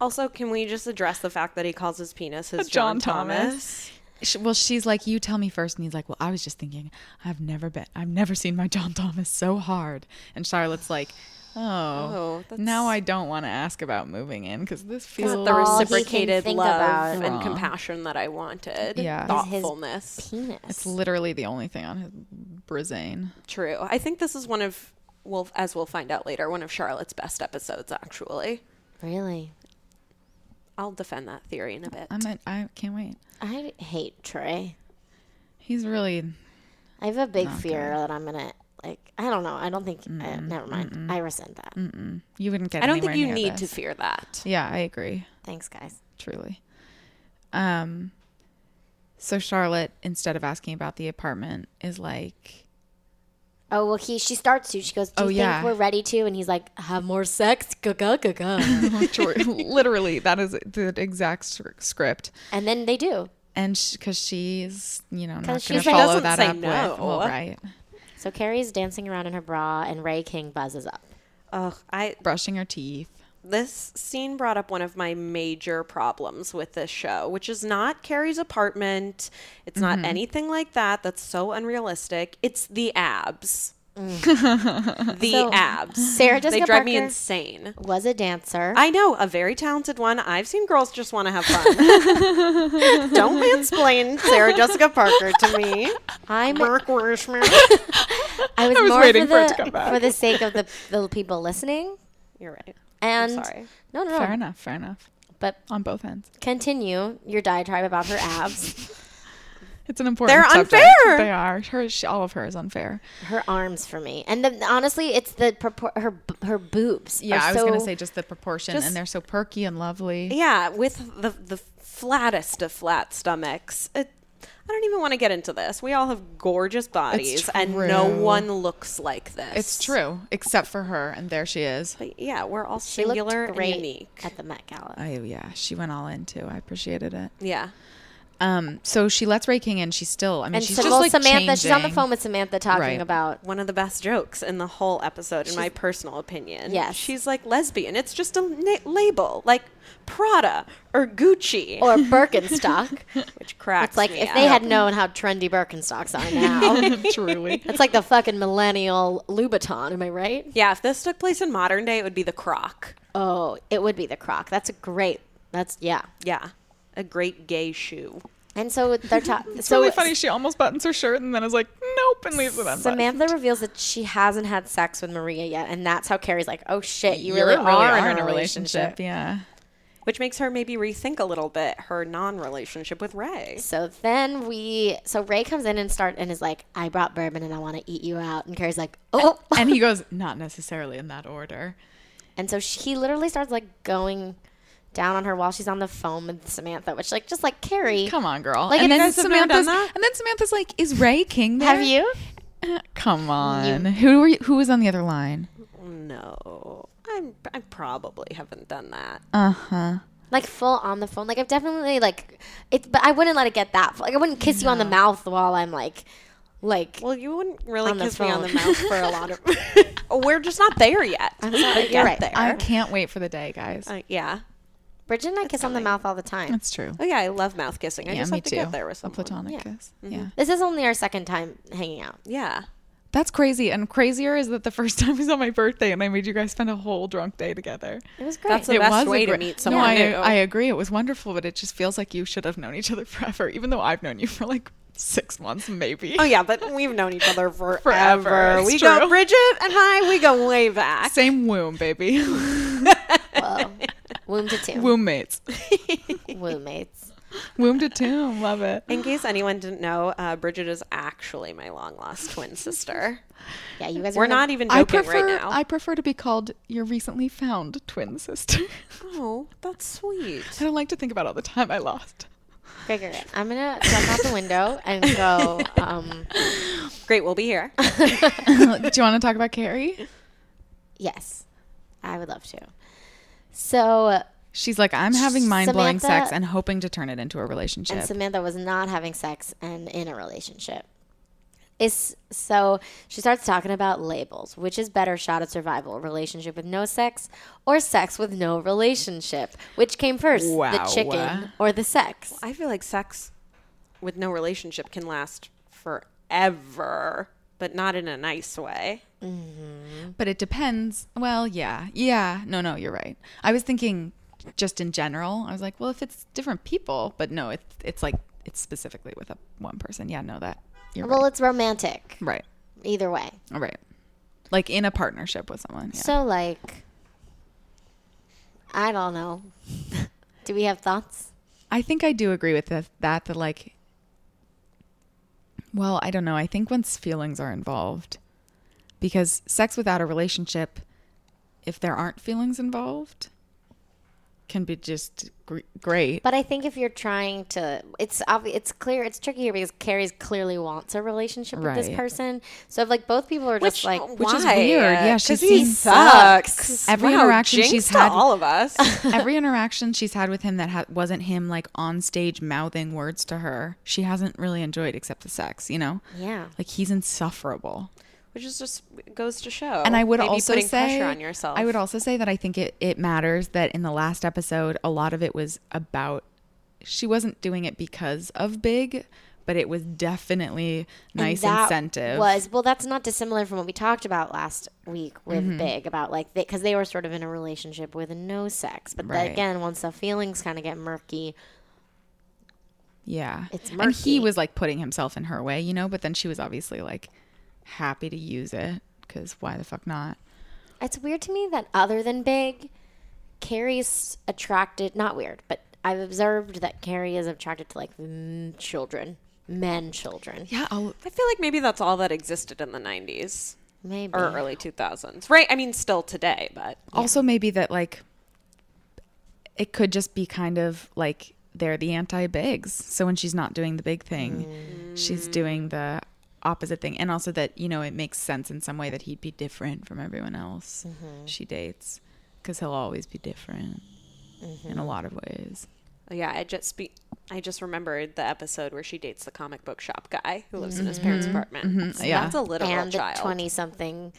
Also, can we just address the fact that he calls his penis his
John
John,
Thomas?
Thomas?
Sh well, she's like, you tell me first, and he's like, well, I was just thinking, I've never been, I've never seen my John Thomas so hard. And Charlotte's like, oh,
Oh, that's-
now I don't want to ask about moving in because this
It's
feels
the
all he can
reciprocated
think
love
about.
and compassion that I wanted.
Yeah. Is
his
Thoughtfulness.
Penis.
literally the only thing on his brisane.
True. I think this is one of, well, as we'll find out later, one of Charlotte's best episodes, actually.
really,
I'll defend that theory in a bit.
I'm, a, I can't wait.
I hate Trey.
He's really
I have a big fear that I'm gonna like. I don't know. I don't think. Uh, never mind. I resent that.
Mm. you wouldn't get.
I don't think
anywhere
you
near
need to
this.
fear that.
Yeah, I agree.
Thanks, guys.
truly. Um, so Charlotte, instead of asking about the apartment, is like,
Oh well, he. She starts to. She goes, "Do
Oh,
you
yeah.
think we're ready to?" And he's like, "Have more sex, go go go go."
George- literally, that is the exact s- script.
and then they do.
And because she's, you know, not
'Cause
going to
she's like-
follow
Doesn't
that
say
up with, well,
no.
right?
So Carrie's dancing around in her bra, and Ray King buzzes up.
Ugh, I
Brushing her teeth.
this scene brought up one of my major problems with this show, which is not Carrie's apartment. It's not anything like that. That's so unrealistic. It's the abs. the
So,
abs.
Sarah
they
Jessica
drive me
Parker-
insane.
Was a dancer.
I know a very talented one. I've seen girls just want to have fun. Don't mansplain Sarah Jessica Parker to me.
I'm.
Mark Wurschmer.
I was,
was
more
waiting
for,
for it
the,
to come back.
for the sake of the, the people listening.
You're right.
And
sorry.
no, no, no.
Fair enough. Fair enough.
But
On both ends,
continue your diatribe about her abs.
it's an important.
They're
subject.
unfair!
They are. Her, she, all of her is unfair.
her arms for me, and then honestly, it's the purpor- her b- her boobs.
Yeah,
are
I was going to
so-
say just the proportion,
Just-
and they're so perky and lovely.
Yeah, with the the flattest of flat stomachs. It, I don't even want to get into this. We all have gorgeous bodies, and no
true.
one looks like this.
It's true, except for her, and there she is.
But yeah, we're all
She looked
singular and
great
unique.
at the Met Gala.
Oh yeah, she went all in too. I appreciated it.
Yeah.
Um, so she lets Ray King in. She's still. I mean,
and
she's
so,
just
well,
like
Samantha, she's on the
changing.
phone with Samantha talking
Right.
about
One of the best jokes in the whole episode, in my personal opinion.
Yes.
She's like lesbian. It's just a na- label, like Prada or Gucci,
or Birkenstock.
which cracks
it's like
me
if
up.
they had known how trendy Birkenstocks are now.
Truly,
it's like the fucking millennial Louboutin. Am I right?
Yeah, if this took place in modern day, it would be the croc.
Oh, it would be the Croc. That's a great. That's yeah.
Yeah. A great gay shoe.
And so they're talking.
it's
so
really funny. She almost buttons her shirt and then is like, "Nope," and leaves it unbuttoned.
Samantha reveals that she hasn't had sex with Maria yet, and that's how Carrie's like, "Oh shit,
You
you really, are, in a relationship."
Yeah.
which makes her maybe rethink a little bit her non-relationship with Ray.
So then we, so Ray comes in and start and is like, "I brought bourbon and I want to eat you out," and Carrie's like, "Oh,"
And he goes, "Not necessarily in that order."
and so she, he literally starts like going down on her while she's on the phone with Samantha, which like just like Carrie,
Come on, girl.
Like,
and
you
then
guys
have never done
Samantha's
that?
and then Samantha's like, "Is Ray King there?"
have you?
Come on. Who were you, who was on the other line?
No, I'm, I probably haven't done that.
Like full on the phone. Like I've definitely like it, but I wouldn't let it get that. Like I wouldn't kiss you on the mouth while I'm like, like
well, you wouldn't really
On the
kiss me on the
phone.
mouth for a lot of. We're just not there yet. I'm
sorry, you're right.
There.
I can't wait for the day, guys.
Uh, yeah.
Bridget and I kiss on the mouth all the time.
That's true.
Oh yeah, I love mouth kissing. I
yeah,
just
me
have to
too.
get there with
a
someone.
platonic
Yeah. Mm-hmm.
kiss. Yeah.
This is only our second time hanging out.
Yeah.
That's crazy. And crazier is that the first time was on my birthday and I made you guys spend a whole drunk day together.
It was great.
That's the best
a
way to
great-
meet someone
No, I,
new.
I agree. It was wonderful, but it just feels like you should have known each other forever, even though I've known you for like six months, maybe.
Oh yeah, but we've known each other forever.
Forever, it's
We go
true.
Bridget and I. We go way back.
Same womb, baby.
Whoa. Womb to tomb.
womb mates.
Womb mates.
Womb to tomb. Love it.
In case anyone didn't know, uh, Bridget is actually my long lost twin sister.
Yeah, you guys are
We're
gonna-
not even joking
prefer,
right now.
I prefer to be called your recently found twin sister.
Oh, that's sweet.
I don't like to think about all the time I lost.
e-
Gregory, I'm gonna jump out the window and go. Um,
Great, we'll be here.
Do you want to talk about Carrie?
yes, I would love to. So
She's like, I'm having mind blowing sex
Samantha-
and hoping to turn it into a relationship.
And Samantha was not having sex and in a relationship. Is so she starts talking about labels, which is better shot at survival, a relationship with no sex or sex with no relationship, which came first, the
Wow.
chicken or the sex?
I feel like sex with no relationship can last forever, but not in a nice way.
but it depends. Well, yeah. Yeah. No, no, you're right. I was thinking just in general. I was like, well, if it's different people, but no, it's it's like it's specifically with a one person. Yeah, no, that you're
Well, it's romantic
right.
either way.
Right. Right. Like in a partnership with someone. Yeah.
So like, I don't know. Do we have thoughts?
I think I do agree with that, that that like well, I don't know. I think once feelings are involved because sex without a relationship if there aren't feelings involved can be just gr- great.
But I think if you're trying to, it's obvious, it's clear, it's trickier because Carrie's clearly wants a relationship with this
Right.
person. So if like both people are just like,
Which uh, is weird. Yeah, she
she's he
seems-
sucks.
Every
Wow,
interaction
jinx
she's
to
had-
all of us.
Every interaction she's had with him that ha- wasn't him like on stage mouthing words to her, she hasn't really enjoyed except the sex, you know?
Yeah.
Like he's insufferable.
Which is just goes to show.
and I would
Maybe
also
putting
say
pressure on yourself.
I would also say that I think it it matters that in the last episode, a lot of it was about she wasn't doing it because of Big, but it was definitely nice
that
incentive.
was well that's not dissimilar from what we talked about last week with
Mm-hmm.
big about like because they were sort of in a relationship with no sex but then
Right.
again once the feelings kind of get murky
yeah,
It's
and he
murky.
was like putting himself in her way, you know. But then she was obviously like happy to use it because why the fuck not?
it's weird to me that other than big carrie's attracted not weird but i've observed that carrie is attracted to like m- children men children
Yeah, I'll,
I feel like maybe that's all that existed in the 90s
maybe
or early 2000s. Right? I mean, still today, but
also maybe that like it could just be kind of like they're the anti-bigs so when she's not doing the big thing she's doing the opposite thing and also that you know it makes sense in some way that he'd be different from everyone else she dates because he'll always be different in a lot of ways
yeah, I just be. I just remembered the episode where she dates the comic book shop guy who lives in his parents' apartment. So
Mm-hmm. Yeah.
That's a literal
and the
child.
20 something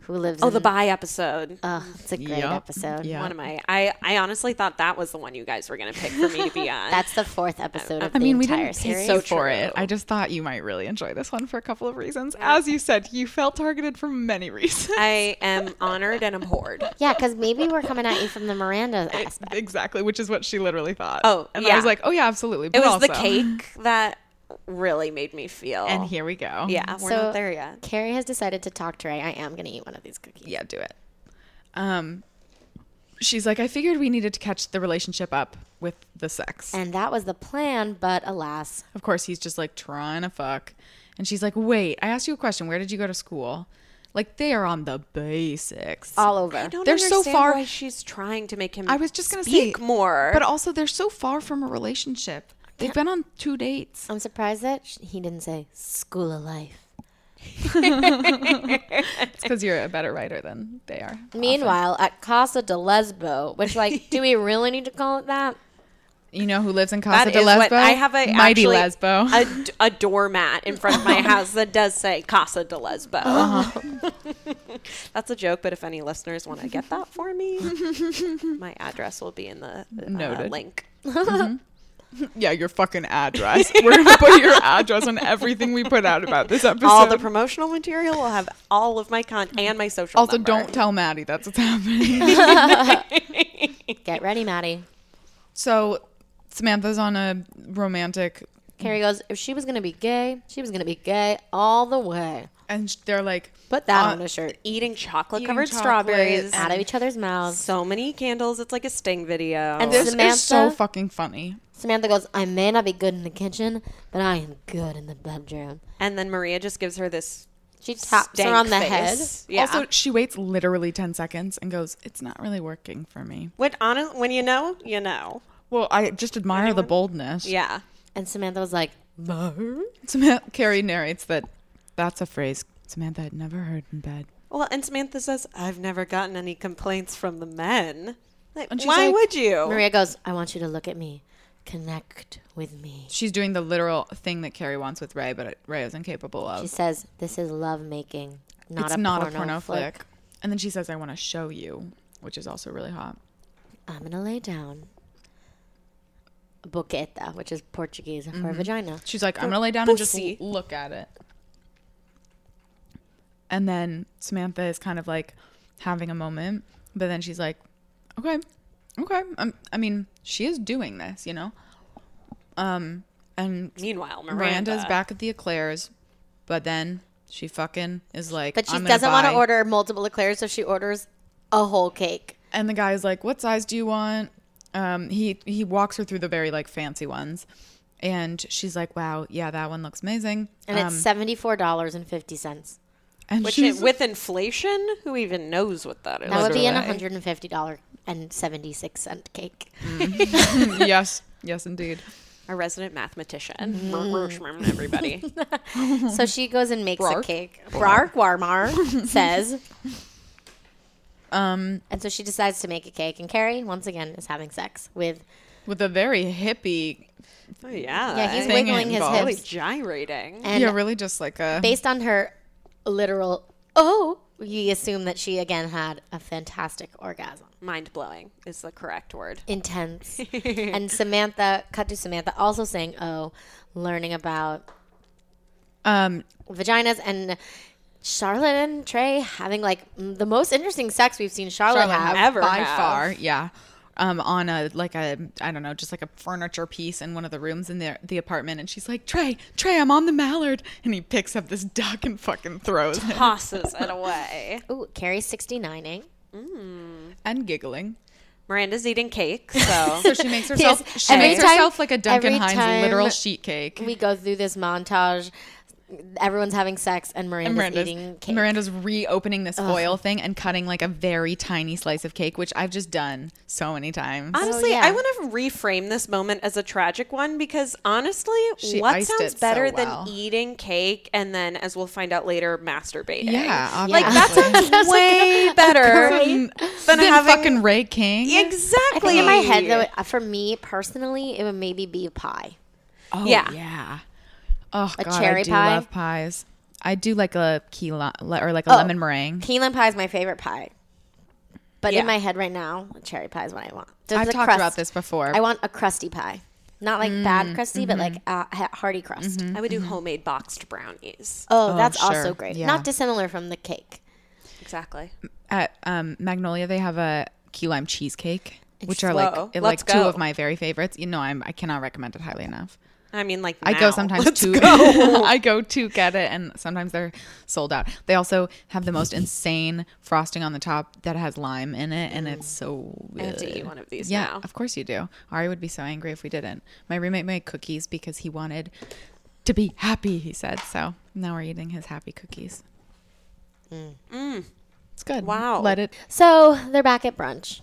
who lives
Oh,
in,
the bi episode.
Ugh, it's a great
Yup.
episode
Yeah.
One of my, I, I honestly thought that was the one you guys were gonna pick for me to be on.
that's the fourth episode of
I mean,
the
we
entire
didn't
series.
pay so for it. I just thought you might really enjoy this one for a couple of reasons. As you said, you felt targeted for many reasons.
I am honored and abhorred.
Yeah, because maybe we're coming at you from the Miranda aspect.
exactly, which is what she literally thought.
Oh,
and I
yeah.
was like, oh yeah, absolutely.
It
but
was the
also-
cake that really made me feel.
And here we go.
yeah, we're
So-
not there yet.
Carrie has decided to talk to Ray. I am going to eat one of these cookies.
Yeah, do it. Um she's like I figured we needed to catch the relationship up with the sex.
And that was the plan, but alas,
of course he's just like trying to fuck and she's like, "Wait, I asked you a question. Where did you go to school?" Like they are on the basics.
all over.
I don't
They're so
understand
far-
Why she's trying to make him.
I was just going to say
speak more,
But also they're so far from a relationship. They've been on two dates.
I'm surprised that sh- he didn't say school of life.
It's cuz you're a better writer than they are.
Meanwhile, at Casa de Lesbo, which, like, do we really need to call it that?
You know who lives in Casa
That
de
is
Lesbo?
what I have a
mighty
actually,
Lesbo.
a, d- a doormat in front of my house that does say Casa de Lesbo. That's a joke, but if any listeners want to get that for me, my address will be in the uh,
Noted.
link.
yeah, your fucking address. We're gonna put your address on everything we put out about this episode.
All the promotional material will have all of my con and my social.
also,
number.
don't tell Maddie that's what's happening.
Get ready, Maddie.
so, Samantha's on a romantic,
Carrie goes, if she was going to be gay, she was going to be gay all the way.
and sh- they're like,
Put that
Uh,
on a shirt.
eating chocolate
Eating
covered
chocolate
strawberries.
Out of each other's mouths.
so many candles. It's like a sting video.
And
"This
Samantha,
is so fucking funny."
Samantha goes, I may not be good in the kitchen, but I am good in the bedroom.
and then Maria just gives her this
She taps her
stank
on the
face.
head.
Yeah.
Also, she waits literally ten seconds and goes, "It's not really working for me."
What honest, when you know, you know.
Well, I just admire the boldness.
Yeah.
And Samantha was like,
Samantha Carrie narrates that that's a phrase Samantha had never heard in bed.
Well, and Samantha says, I've never gotten any complaints from the men. Like,
And she's
why
like-
would you?
Maria goes, I want you to look at me. Connect with me.
She's doing the literal thing that Carrie wants with Ray, but Ray is incapable of.
She says, This is love making, not,
it's
a,
not
porno
a porno
flick.
flick. And then she says, "I want to show you," which is also really hot.
I'm going to lay down. Boqueta, which is Portuguese
Mm-hmm.
for vagina.
She's like, "I'm gonna lay down and
pussy.
just l- look at it." And then Samantha is kind of like having a moment, but then she's like, "Okay, okay." i I mean, she is doing this, you know. Um, and
Meanwhile, Miranda.
Miranda's back at the eclairs, but then she fucking is like,
But she
"I'm gonna
doesn't want to
buy-"
order multiple eclairs, so she orders a whole cake.
and the guy's like, "What size do you want?" Um, he he walks her through the very like fancy ones, and she's like, "Wow, yeah, that one looks amazing."
And it's $74.50.
And
Which
she's
it, with inflation, who even knows what that is?
That would be an
literally.
$150 and 76 cent cake.
yes, yes, indeed.
a resident mathematician.
Mm-hmm.
Mershman, Everybody.
so she goes and makes a
Brark.
cake. Brark Warmar says.
Um,
And so she decides to make a cake. And Carrie, once again, is having sex with.
with a very hippie,
Oh, yeah.
Yeah, he's
Thing
wiggling his
involved.
really
hips.
gyrating.
And
yeah, really just like a
based on her literal, oh, we assume that she again had a fantastic orgasm.
Mind blowing is the correct word.
intense. and Samantha, cut to Samantha, also saying, "Oh, learning about
um.
vaginas." And Charlotte and Trey having like m- the most interesting sex we've seen Charlotte, have.
ever
by
have.
far yeah um, on a like a I don't know just like a furniture piece in one of the rooms in the the apartment and she's like Trey Trey I'm on the mallard and he picks up this duck and fucking throws it
Tosses it away.
Ooh, Carrie's sixty nining.
and giggling
Miranda's eating cake, so
so she makes herself
Yes,
she
every
makes
time-
herself like a Duncan
every
Hines
time
literal sheet cake
We go through this montage. Everyone's having sex, and Miranda's, eating cake.
Miranda's reopening this foil thing and cutting like a very tiny slice of cake, which I've just done so many times.
Honestly,
yeah.
I want to reframe this moment as a tragic one because honestly,
She
what
iced
sounds
it so
better
well.
than eating cake and then, as we'll find out later, masturbating?
Yeah,
like that
obviously.
sounds way better than
Then
having
fucking Ray King.
I
Um, exactly
think in my head, though, it- for me personally, it would maybe be pie.
Oh,
Yeah.
yeah. Oh
A
god,
cherry
I do
pie?
love pies. I do like a key li- le- or
Oh.
like a lemon meringue.
Key lime pie is my favorite pie. But
Yeah.
in my head right now, cherry pie is what I want. Just
I've
the
talked
crust.
about this before. Mm,
I want a crusty pie. Not like bad crusty, but like uh,
mm-hmm.
ha- hearty crust.
I would do homemade boxed brownies.
Oh, that's
sure.
also great.
Yeah.
Not dissimilar from the cake.
Exactly.
At um, Magnolia, they have a key lime cheesecake, which are
Whoa,
like like
let's
two
go.
of my very favorites. You know, I'm I cannot recommend it highly enough.
I mean, like
I go
now.
sometimes
Let's
to
go.
I go to get it and sometimes they're sold out. They also have the most insane frosting on the top that has lime in it and it's so
I have
good.
to eat one of these
Yeah,
now.
of course you do. Ari would be so angry if we didn't. My roommate made cookies because he wanted to be happy, he said. So now we're eating his happy cookies. It's good.
Mm. Wow.
Let it.
So they're back at brunch.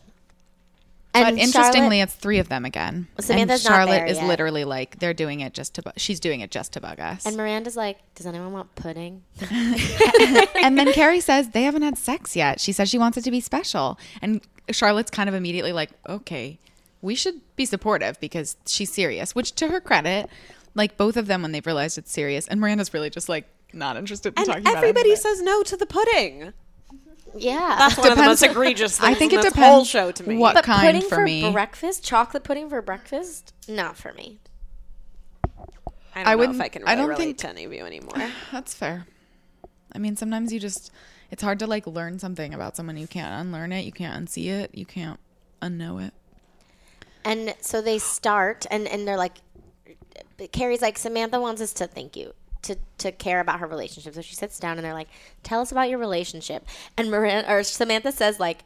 But interestingly,
Charlotte-
it's three of them again.
Samantha's
and
not
Charlotte
there
is
yet.
literally like they're doing it just to. Bu- she's doing it just to bug us.
and Miranda's like, "Does anyone want pudding?"
and then Carrie says they haven't had sex yet. She says she wants it to be special. And Charlotte's kind of immediately like, okay, we should be supportive because she's serious, which to her credit, like both of them when they've realized it's serious, and Miranda's really just like not interested in talking
And
about
everybody
it.
says no to the pudding.
Yeah,
That's one of the
Depends-
most egregious things
I think
in
it
this
depends
whole show to me.
what
but
kind
pudding
for,
for,
me.
breakfast, chocolate pudding for breakfast, not for me.
I
I don't know if
wouldn't-
I can
I
really
don't
relate
think-
to any of you anymore.
That's fair. I mean, sometimes you just it's hard to like learn something about someone. You can't unlearn it. You can't unsee it. You can't unknow it.
And so they start, and and they're like, but Carrie's like, Samantha wants us to thank you. To, to care about her relationship. So she sits down and they're like, Tell us about your relationship. And Miranda or Samantha says, like,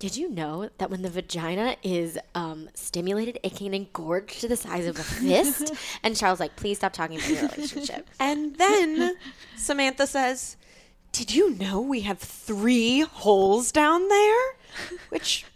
did you know that when the vagina is um, stimulated, it can engorge to the size of a fist? and Charles like, please stop talking about your relationship.
And then Samantha says, Did you know we have three holes down there? Which,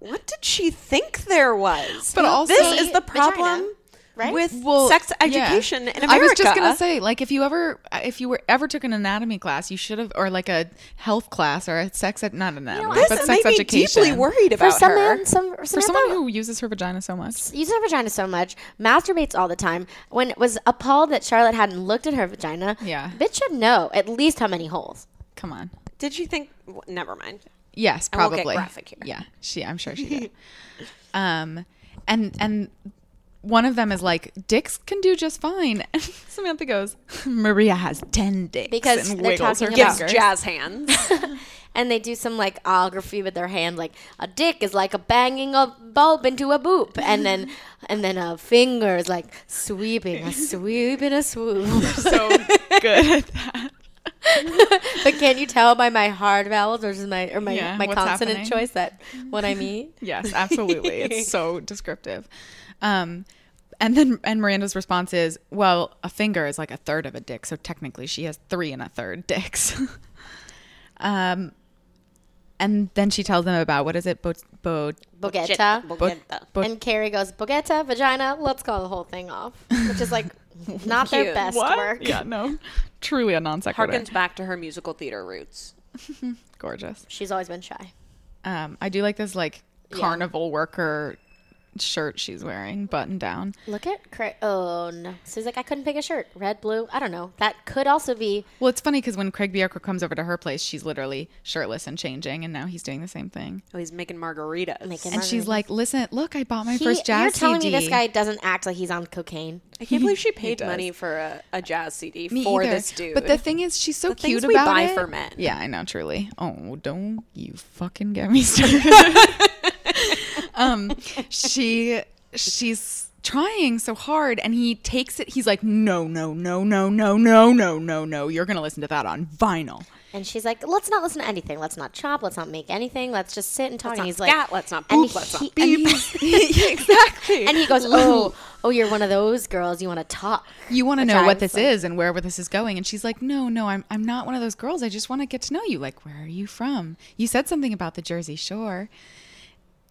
what did she think there was?
But also-
this is the
Vagina.
problem right?
With
With
well,
sex
yeah.
education in America.
I was just gonna say, like, if you ever, if you were ever took an anatomy class, you should have, or like a health class or a sex, ed, not anatomy,
this
but
made
sex
me
education.
deeply worried
For
about
some
her.
man, some Samantha
For someone who uses her vagina so much,
uses her vagina so much, masturbates all the time. When it was appalled that Charlotte hadn't looked at her vagina,
Yeah.
bitch should know at least how many holes.
come on.
Did you think? w- Never mind.
Yes,
And we'll get
probably.
graphic here.
Yeah, she. I'm sure she did. um, and and one of them is like, dicks can do just fine. And Samantha goes, Maria has ten dicks
Because
and
they're
wiggles her
talking about-
fingers.
Gives jazz hands.
And they do some like ography with their hand, like a dick is like a banging a bulb into a boop, and then and then a finger is like sweeping a sweep and a swoop.
so good at that.
but can you tell by my hard vowels versus my or my,
Yeah,
my
what's
consonant
happening?
choice that what I mean?
Yes, absolutely. it's so descriptive. Um, and then and Miranda's response is, well, a finger is like a third of a dick, so technically she has three and a third dicks. um, and then she tells them about what is it, bo- bo-
Bogetta.
Bogetta.
Bo-
and Carrie goes, Bogetta, vagina, let's call the whole thing off. Which is like not their
Cute.
best work.
Yeah, no, truly a non sequitur.
Harkens back to her musical theater roots.
Gorgeous.
She's always been shy.
Um, I do like this like carnival worker shirt she's wearing, button down.
Look at Cra- oh no. She's like, I couldn't pick a shirt. Red, blue, I don't know. That could also be
Well, it's funny because when Craig Bierker comes over to her place, she's literally shirtless and changing, and now he's doing the same thing.
Oh, he's making margaritas.
Making
And she's like, "Listen, look, I bought my
He-
first jazz
You're telling
CD."
me this guy doesn't act like he's on cocaine.
I can't believe she paid money for a, a jazz CD
me
for
either.
this dude.
But the thing is, she's so
The
cute
things we
about
buy
it.
for men.
Yeah, I know. Truly. Oh, don't you fucking get me started. um, she she's trying so hard, and he takes it. He's like, "No, no, no, no, no, no, no, no, no. You're gonna listen to that on vinyl."
And she's like, let's not listen to anything. Let's not chop. Let's not make anything. Let's just sit and talk.
Let's
and
not
he's like,
scat, let's not
and
poop, let's not
he- and
Beep.
exactly.
And he goes, "Oh, oh, you're one of those girls. You want to talk.
you want to
Which
know
I
what
was
this
like-
is and where this is going and she's like no no i'm, I'm not one of those girls i just want to get to know you like where are you from you said something about the jersey shore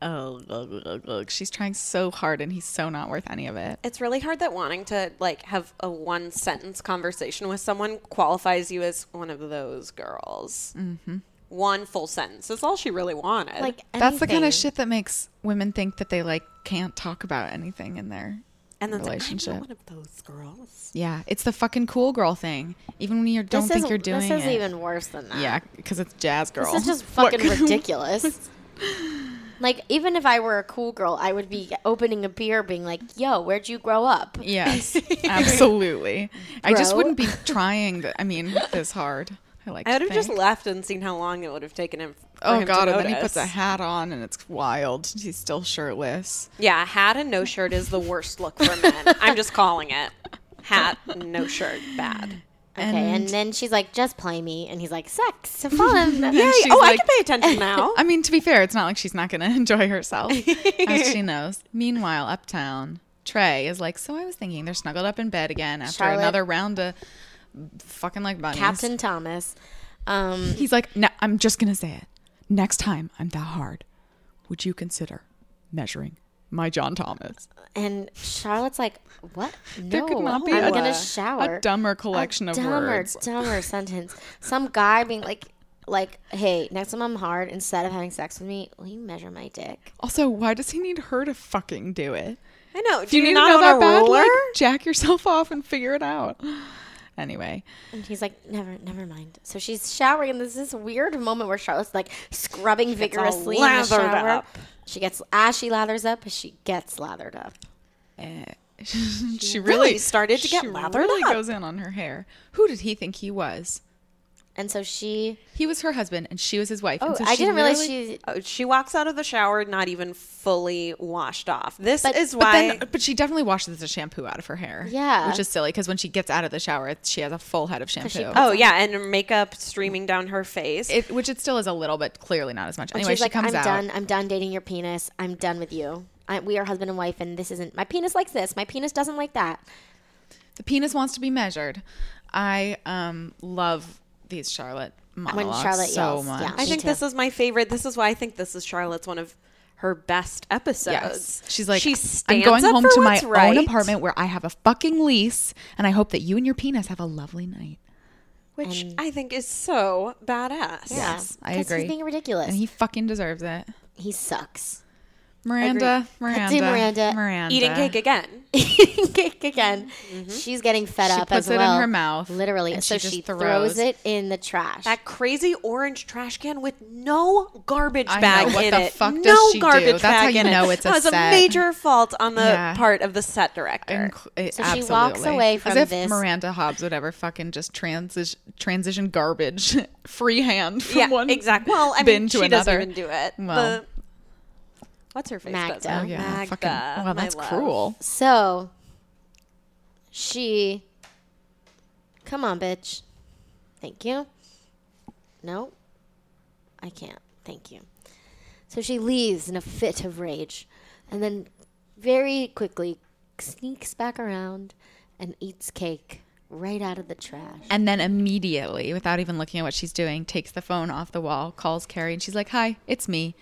oh look look look she's trying so hard and he's so not worth any of it
it's really hard that wanting to like have a one sentence conversation with someone qualifies you as one of those girls. Mm-hmm. One full sentence. That's all she really wanted.
Like
that's the kind
anything."
of shit that makes women think that they like can't talk about anything in their
and then
relationship
Like, I'm not one of those girls.
yeah it's the fucking cool girl thing even when you don't
This
think
is-
you're doing
This is
it
even worse than that.
yeah because it's jazz girl
this is just
Look.
fucking ridiculous. Like even if I were a cool girl, I would be opening a beer, being like, "Yo, where'd you grow up?"
Yes, absolutely. I just
Bro.
wouldn't be trying. The, I mean, this hard. I like. to
I would have just
think.
left and seen how long it would have taken him. For
Oh
him
god!
to
And then he puts
notice.
a hat on, and it's wild. He's still shirtless.
Yeah, a hat and no shirt is the worst look for men. I'm just calling it. Hat, no shirt, bad.
Okay, and, then she's like, "Just play me," and he's like, "Sex, fun."
And she's
oh, I
like-
can pay attention now.
I mean, to be fair, it's not like she's not going to enjoy herself, as she knows. Meanwhile, uptown, Trey is like, "So I was thinking, they're snuggled up in bed again after
Charlotte-
another round of fucking like bunnies."
Captain Thomas. Um,
He's like, no, I'm just gonna say it. Next time I'm that hard, would you consider measuring my John Thomas?
and Charlotte's like, "What? No,
There could not be
I'm
a-
gonna shower."
a dumber collection of
dumber,
words.
Dumber sentence. Some guy being like, like, hey, next time I'm hard, instead of having sex with me, will you measure my dick?
Also, why does he need her to fucking do it?
I know.
Do you, need
not
to know that
want a
bad?
ruler?
Like, jack yourself off and figure it out. Anyway,
And he's like, never, never mind. So she's showering, and there's this weird moment where Charlotte's like scrubbing vigorously in the
lathered
shower.
up.
She gets as she lathers up, she gets lathered up.
she,
really started to get
she
lathered
really
up.
goes in on her hair. Who did he think he was?
And so she,
He was her husband, and she was his wife.
oh,
and so
I
she
didn't realize
literally-
she.
Oh, she walks out of the shower not even fully washed off. This is
But
why.
then, but she definitely washes the shampoo out of her hair.
Yeah.
which is silly because when she gets out of the shower, she has a full head of shampoo.
she puts
oh yeah, and her makeup streaming down her face.
it, which it still is a little, but clearly not as much.
And
Anyway,
she's
she
like,
comes
I'm
out.
done. I'm done dating your penis. I'm done with you. I, we are husband and wife, and this isn't. My penis likes this. My penis doesn't like that.
The penis wants to be measured. I um love these Charlotte monologues
Charlotte
so
yells, yeah.
much.
I
Me
think
too.
this is my favorite. This is why I think this is Charlotte's one of her best episodes.
Yes. She's like,
she
I'm
stands
going
up
home
for
to my
what's right,
own apartment where I have a fucking lease, and I hope that you and your penis have a lovely night.
which I think is so badass.
Yeah.
I
'Cause
agree.
He's being ridiculous.
And he fucking deserves it.
he sucks.
Miranda, Miranda,
Goddamn Miranda.
Miranda.
Eating cake again.
Cake again. She's getting fed
Mm-hmm. She
up
puts
as
it in
well.
her mouth,
Literally.
and
so
she just
she throws.
throws-
it in the trash.
That crazy orange trash can with no garbage
I know,
bag
what
in
the
it.
fuck
no
does she do?
garbage
That's how
bag
you
in it.
know it's a
that was
set.
a major fault on the
Yeah.
part of the set director.
Inc-
So she walks away
As
from
if
this-
Miranda Hobbs would ever fucking just transition transition garbage freehand from
yeah,
one
exactly. Well, I
bin
mean,
to
she
another.
doesn't even do it.
Well.
but- what's her face?
Magda.
does it.
Oh,
yeah,
Magda,
fucking. Well,
my
that's
love.
cruel.
so she. Come on, bitch. Thank you. No, I can't. Thank you. So she leaves in a fit of rage and then very quickly sneaks back around and eats cake right out of the trash.
And then immediately, without even looking at what she's doing, takes the phone off the wall, calls Carrie, and she's like, "Hi, it's me.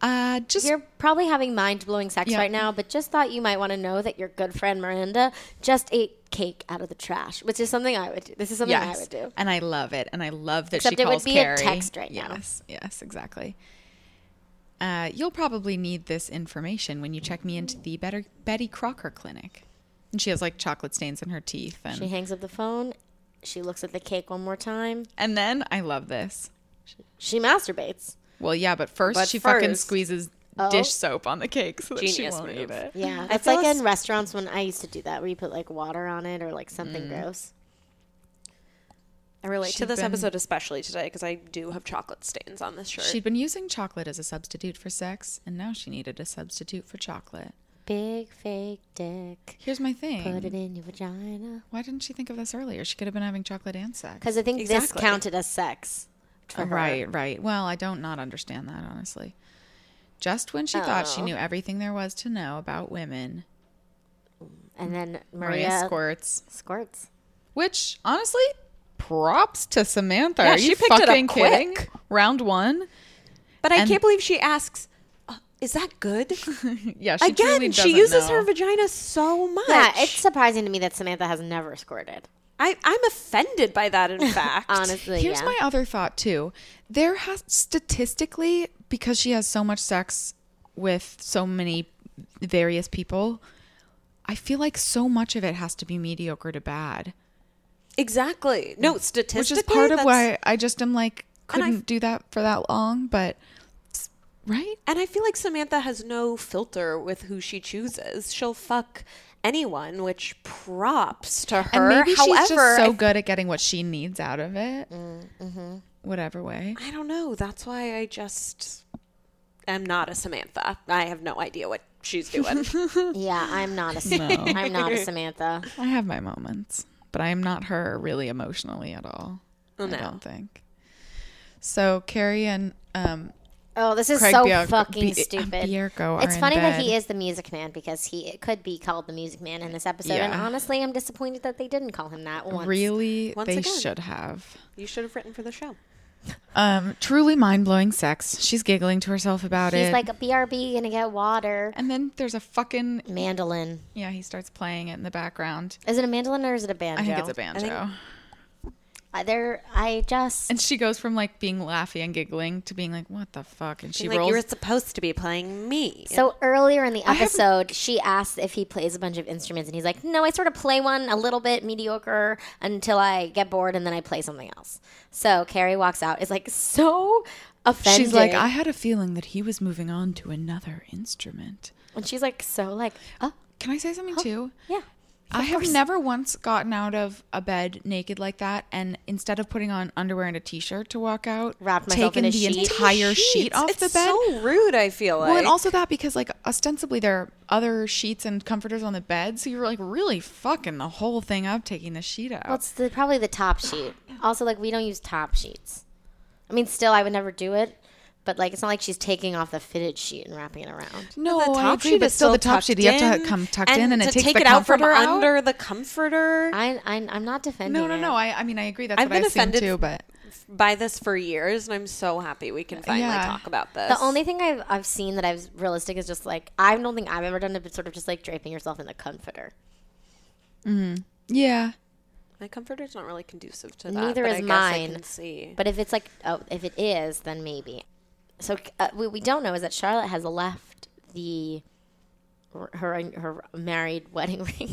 Uh, just
You're probably having mind blowing sex
Yeah.
right now, but just thought you might want to know that your good friend Miranda just ate cake out of the trash, which is something I would do. This is something I would do.
And I love it. And I love that
Except
she
it would
calls
be a
Carrie.
text right now.
yes, Yes, exactly. Uh, you'll probably need this information when you check me into the Better Betty Crocker clinic. And she has like chocolate stains in her teeth. And,
She hangs up the phone. She looks at the cake one more time.
and then I love this.
She masturbates.
Well, yeah, but first
But
she fucking
first-
squeezes
Oh.
dish soap on the cake so that she
Genius
won't eat
move.
it.
Yeah, that's
feel
like
s-
in restaurants when I used to do that, where you put like water on it or like something gross.
I relate to
She'd
this
been-
episode especially today because I do have chocolate stains on this shirt.
She'd been using chocolate as a substitute for sex, and now she needed a substitute for chocolate.
Big fake dick.
Here's my thing.
Put it in your vagina.
Why didn't she think of this earlier? She could have been having chocolate and sex. Oh,
Because I think this
Exactly.
counted as sex. for her.
Right, right. Well, I don't not understand that, honestly. Just when she thought
Oh.
she knew everything there was to know about women,
And then Maria,
Maria squirts.
squirts.
Which, honestly, props to Samantha.
Yeah,
Are
she
you
picked it up
fucking kidding?
quick.
Round one.
but I
and-
can't believe she asks, uh, "Is that good?"
Yeah, she truly
Again,
doesn't
she uses
know.
her vagina so much.
Yeah, it's surprising to me that Samantha has never squirted.
I, I'm offended by that. In fact,
Honestly,
Here's
yeah.
my other thought too. There has statistically because she has so much sex with so many various people, I feel like so much of it has to be mediocre to bad,
exactly. No,
which
statistically,
is part of
that's-
why I just am like
And I-
couldn't do that for that long, but right?
And I feel like Samantha has no filter with who she chooses. She'll fuck anyone, which props to her.
And maybe
However, Mm, mm-hmm.
she's just
I
so good at getting what she needs out of it. Whatever way.
I don't know. That's why I just am not a Samantha. I have no idea what she's doing.
Yeah, I'm not a no. I'm not a Samantha.
I have my moments, but I'm not her really emotionally at all. I don't think. So Carrie and um,
Oh, this is
Craig
so
Bier-
fucking
Bi-
stupid.
Bierko are
it's
in
funny that
bed.
he is the music man because he it could be called the music man in this episode. And
Yeah.
honestly, I'm disappointed that they didn't call him that once.
really
once
they
again.
should have.
you should have written for the show.
Um, truly mind blowing sex. She's giggling to herself about
He's
it.
like a BRB gonna get water.
and then there's a fucking
Mandolin.
yeah. He starts playing it in the background.
Is it a mandolin or is it a banjo?
I think it's a banjo.
Uh, There, I just
and she goes from like being laughy and giggling to being like, "What the fuck?" And she
like
rolls.
you were supposed to be playing me.
so earlier in the
haven't-
episode, she asked if he plays a bunch of instruments, and he's like, "No, I sort of play one a little bit mediocre until I get bored, and then I play something else." So Carrie walks out, is like so offended.
She's like, "I had a feeling that he was moving on to another instrument."
and she's like so like, "Oh,
Can I say something too?
yeah."
I have never once gotten out of a bed naked like that, and instead of putting on underwear and a t-shirt to walk out,
Wrapped myself
taken
in a
the
sheet.
entire sheet
Sheets.
off
it's
the bed.
so rude. I feel like.
well, and also that because like ostensibly there are other sheets and comforters on the bed, so you're like really fucking the whole thing up, taking the sheet out.
Well, it's the, probably the top sheet. Also, like we don't use top sheets. I mean, still, I would never do it. But like, it's not like she's taking off the fitted sheet and wrapping it around.
no,
the
I
top
agree,
sheet
but
is
still the top
tucked
sheet. You have
in,
to come tucked in, and
to
it takes
take
the
it out from
comforter out.
under the comforter.
I, I I'm not defending.
no, no,
it.
no. I, I mean, I agree. That's
I've
what I
been
assume
offended
too, but
by this for years, and I'm so happy we can finally
Yeah.
talk about this.
The only thing I've, I've seen that I was realistic is just like I don't think I've ever done it, but sort of just like draping yourself in a comforter.
Yeah.
my comforter's not really conducive to that.
Neither
but
is
I guess I
mine.
can see.
But if it's like oh, if it is, then maybe. So uh, what we don't know is that Charlotte has left the her her married wedding ring,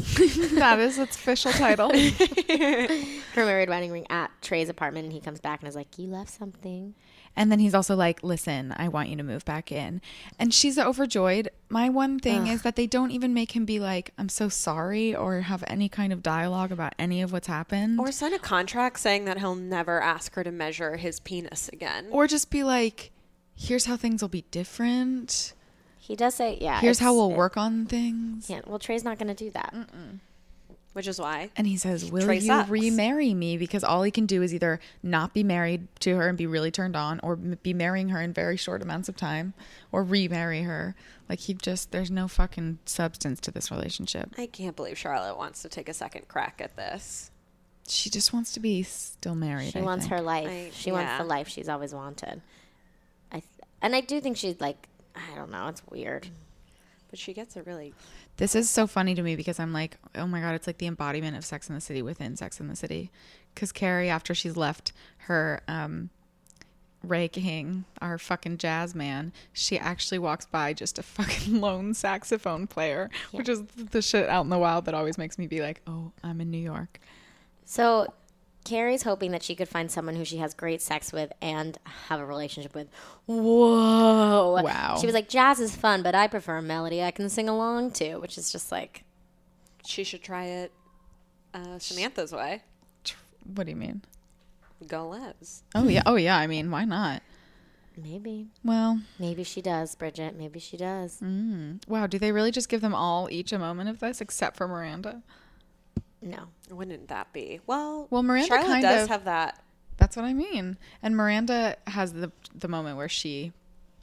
That is its official title.
her married wedding ring at Trey's apartment, and he comes back and is like, "You left something."
And then he's also like, listen, I want you to move back in. And she's overjoyed. My one thing is that they don't even make him be like, I'm so sorry or have any kind of dialogue about any of what's happened.
or sign a contract saying that he'll never ask her to measure his penis again.
or just be like, here's how things will be different.
He does say, "Yeah."
Here's how
it's-
we'll work on things.
Yeah, well, Trey's not going to do that.
which is why
And he says, Will
Trey
you
sucks.
remarry me? Because all he can do is either not be married to her and be really turned on, or m- be marrying her in very short amounts of time, or remarry her. Like, he just, there's no fucking substance to this relationship.
I can't believe Charlotte wants to take a second crack at this.
She just wants to be still married.
She
I
wants
think.
her life.
I-
she wants the
yeah.
life she's always wanted. I th- and I do think she's like, I don't know. It's weird.
But she gets a really
This is so funny to me because I'm like, oh my god, it's like the embodiment of Sex in the City within Sex in the City. Because Carrie, after she's left her um, Ray King, our fucking jazz man, she actually walks by just a fucking lone saxophone player, which is the shit out in the wild that always makes me be like, oh, I'm in New York.
So Carrie's hoping that she could find someone who she has great sex with and have a relationship with. Whoa.
Wow.
She was like, jazz is fun, but I prefer melody I can sing along to, which is just like,
she should try it uh, Samantha's way.
Tr- What do you mean?
Go Les.
Oh yeah, oh yeah. I mean, why not?
maybe.
Well,
Maybe she does, Bridget. Maybe she does.
Mm. wow. Do they really just give them all each a moment of this, except for Miranda?
No.
Wouldn't that be? Well,
Well, Miranda
Charlotte
kind
does
of-
have that.
That's what I mean. And Miranda has the the moment where she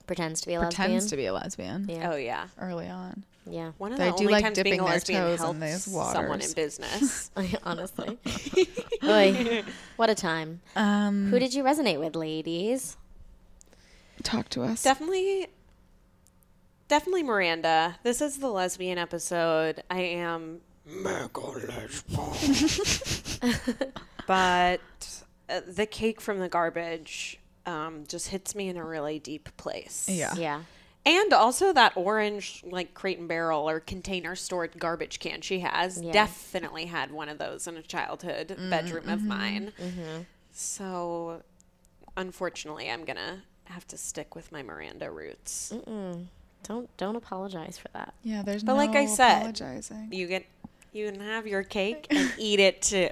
Pretends to be a
pretends
lesbian.
to be a lesbian
Yeah.
Oh yeah.
early on.
Yeah.
One of
They
the
do
only
like
times being
dipping
a
their
lesbian
toes in these
helps someone
waters.
in business.
Honestly. Oy. What a time. Who did you resonate with, ladies?
Talk to us.
definitely, definitely Miranda. This is the lesbian episode. I am mega lesbian, but uh, the cake from the garbage um, just hits me in a really deep place.
yeah.
Yeah.
And also that orange, like crate and barrel or container stored garbage can she has. Definitely had one of those in a childhood
Mm-hmm,
bedroom of mine. So, unfortunately, I'm gonna have to stick with my Miranda roots.
Mm. Don't don't apologize for that.
Yeah, there's
But
no
like I said,
apologizing.
You get, you can have your cake and eat it too.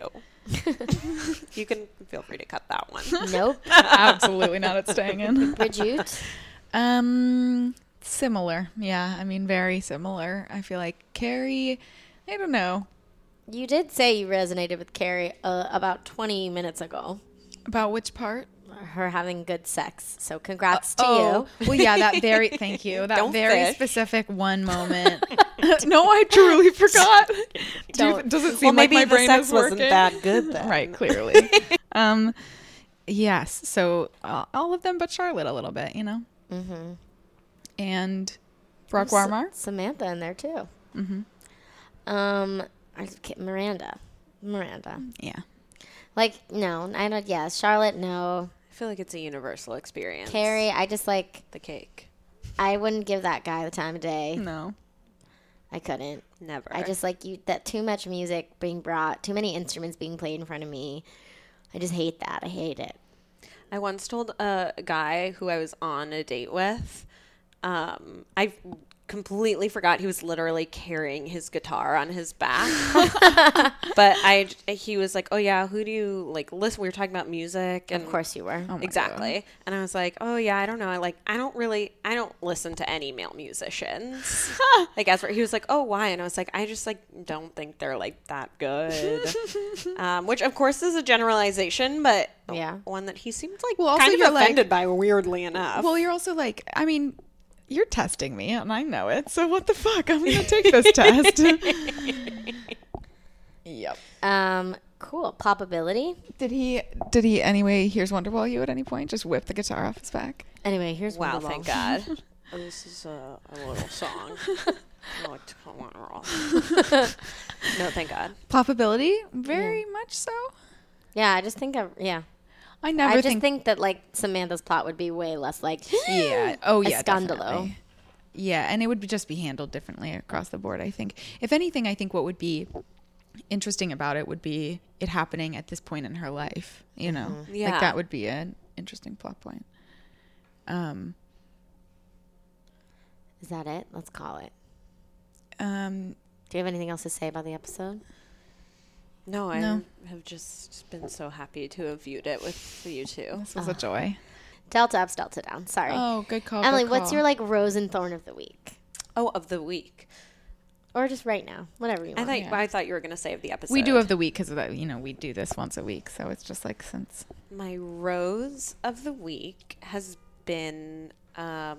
you can feel free to cut that one.
Nope.
Absolutely not it's staying in.
Bridget.
Um similar. Yeah, I mean very similar. I feel like Carrie I don't know.
You did say you resonated with Carrie uh, about 20 minutes ago.
About which part?
Her having good sex. So congrats to
oh,
you.
well, yeah, that very, thank you. That
Don't
very
fish.
specific one moment. no, I truly forgot. Do you,
Don't.
does it
well,
seem
maybe
like my
the
brain
sex
is
wasn't
working?
that good then.
right clearly um yes so uh, all of them but charlotte a little bit you know mm-hmm. and brock warmar
Samantha in there too. Mm-hmm. Um, I was ki- Miranda. Miranda.
yeah
Like, no, I don't, yeah, Charlotte, no.
I feel like it's a universal experience.
Carrie, I just like,
the cake.
I wouldn't give that guy the time of day.
no
I couldn't.
Never.
I just like you, that too much music being brought, too many instruments being played in front of me. I just hate that. I hate it.
I once told a guy who I was on a date with, um, I completely forgot he was literally carrying his guitar on his back. but I, he was like, "Oh yeah, who do you like listen?" We were talking about music, and
Mm.
Of course you were.
Oh
exactly. And I was like, "Oh yeah, I don't know. I like, I don't really, I don't listen to any male musicians." like as for he was like, "Oh why?" And I was like, "I just like don't think they're like that good," um, which of course is a generalization, but
Yeah.
one that he seemed like
Well, also
kind of
you're, like-
offended by weirdly enough.
well you're also like i mean you're testing me and i know it so what the fuck i'm gonna take this test yep
Um, Cool. Popability.
Did he? Did he? Anyway, here's Wonderwall. You at any point just whip the guitar off his back?
Anyway, here's
Wow,
Wonderwall.
Oh, thank God. this is a, a little song. I like to call it roll. no, thank God.
Popability, very much so.
Yeah, I just think I yeah.
I
I,
never
just think, that like Samantha's plot would be way less like
Yeah. Oh, yeah.
a scandalo.
definitely. Yeah, and it would be- just be handled differently across the board. I think. If anything, I think what would be interesting about it would be it happening at this point in her life. You know,
Mm-hmm.
Yeah.
like that would be an interesting plot point. Um.
Is that it? Let's call it.
Um.
Do you have anything else to say about the episode?
No, I
No.
have just been so happy to have viewed it with you two.
This
Ah.
was a joy.
Delta ups, delta down. Sorry.
Oh, good call.
Emily, what's your like rose and thorn of the week?
Oh, of the week.
Or just right now. Whatever you
I
want.
thought I thought you were going to say of the episode.
We do of the week because you know we do this once a week, so it's just like since
my rose of the week has been um,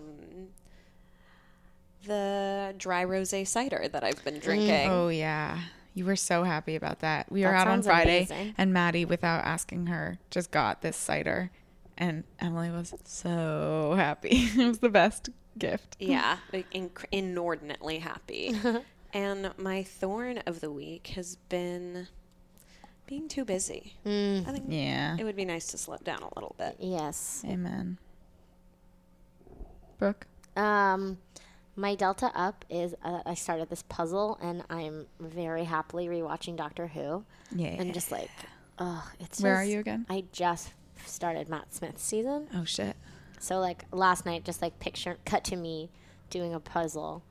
the dry rosé cider that I've been drinking.
Oh yeah. You were so happy about that. We were
That
out on
sounds
Friday
amazing.
and Maddie, without asking her, just got this cider. And Emily was so happy. it was the best gift.
Yeah, like inc- inordinately happy. and my thorn of the week has been being too busy. I
Mm,
think
Yeah.
it would be nice to slow down a little bit.
Yes.
Amen. Brooke.
Um, my delta up is uh, I started this puzzle and I'm very happily rewatching Doctor Who.
Yeah.
And just like, oh, it's
Where are
just-
you again?
I just started Matt Smith's season.
oh shit.
So like last night, just like picture cut to me doing a puzzle,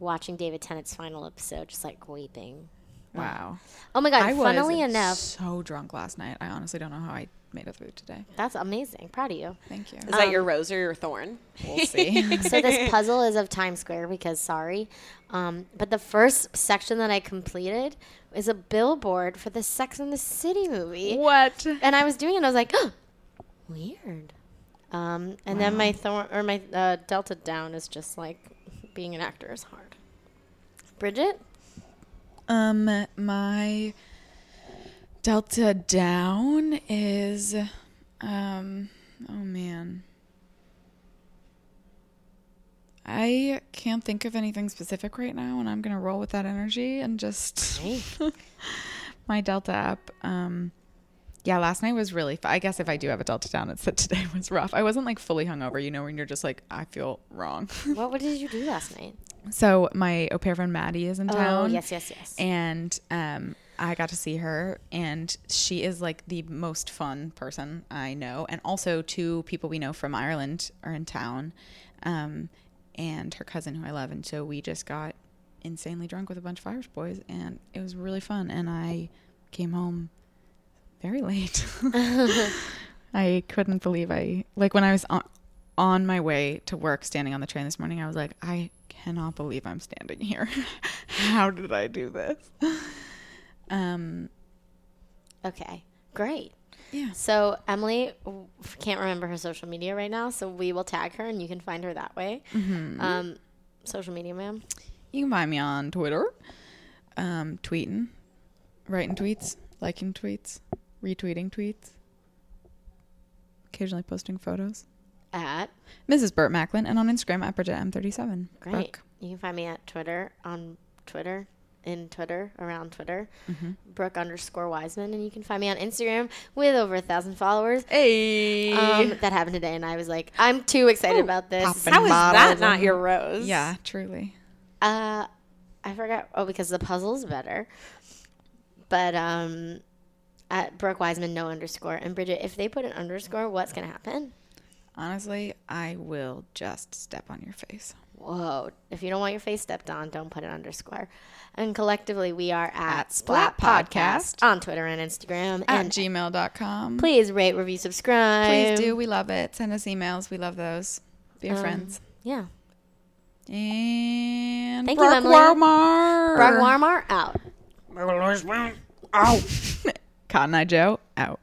watching David Tennant's final episode, just like weeping.
Wow.
Oh my god!
I was
funnily enough,
so drunk last night. I honestly don't know how I made it through today.
that's amazing. Proud of you.
Thank you.
Is that your rose or your thorn?
We'll see.
so this puzzle is of Times Square because sorry, um, but the first section that I completed is a billboard for the Sex and the City movie.
what?
And I was doing it, and I was like, weird. Um, and then my thorn or my uh, delta down is just like being an actor is hard. Bridget,
Um, my delta down is, um, oh man, I can't think of anything specific right now, and I'm gonna roll with that energy and just my delta up. Um, yeah, last night was really. F- I guess if I do have a delta down, it's that today was rough. I wasn't like fully hungover, you know, when you're just like, I feel wrong.
what, what did you do last night?
So my au pair friend Maddie is in town.
Oh, yes, yes, yes.
And um, I got to see her, and she is like the most fun person I know. And also, two people we know from Ireland are in town, um, and her cousin who I love. And so we just got insanely drunk with a bunch of Irish boys, and it was really fun. And I came home very late. I couldn't believe I like when I was on, on my way to work standing on the train this morning I was like I cannot believe I'm standing here. How did I do this? Um
Okay, great.
yeah.
So Emily w- can't remember her social media right now, so we will tag her, and you can find her that way.
Mm-hmm.
Um, social media, ma'am.
You can find me on Twitter. Um tweeting, writing tweets, liking tweets, retweeting tweets, occasionally posting photos.
At
Mrs. Burt Macklin and on Instagram at Bridget M37.
Great. You can find me at Twitter on Twitter, in Twitter, around Twitter,
Mm-hmm.
Brooke underscore Wiseman, and you can find me on Instagram with over a thousand followers.
Hey.
Um, that happened today, and I was like, I'm too excited about this.
poppin'.
How is
Bottles
that
of-
not your rose?
yeah, truly.
Uh, I forgot. Oh, because the puzzle's better. But um, at Brooke Wiseman, no underscore, and Bridget, if they put an underscore, what's gonna happen?
Honestly, I will just step on your face.
Whoa! If you don't want your face stepped on, don't put an underscore. And collectively, we are at,
At Splat Podcast.
on Twitter and Instagram
At
and
gmail.com. Please,
please rate, review, subscribe.
please do. Um, We love it. Send us emails. We love those. Be your friends.
Yeah.
And
Thank you,
Brock
Emily.
Warmar.
Brock Warmar out.
Cotton Eye Joe out.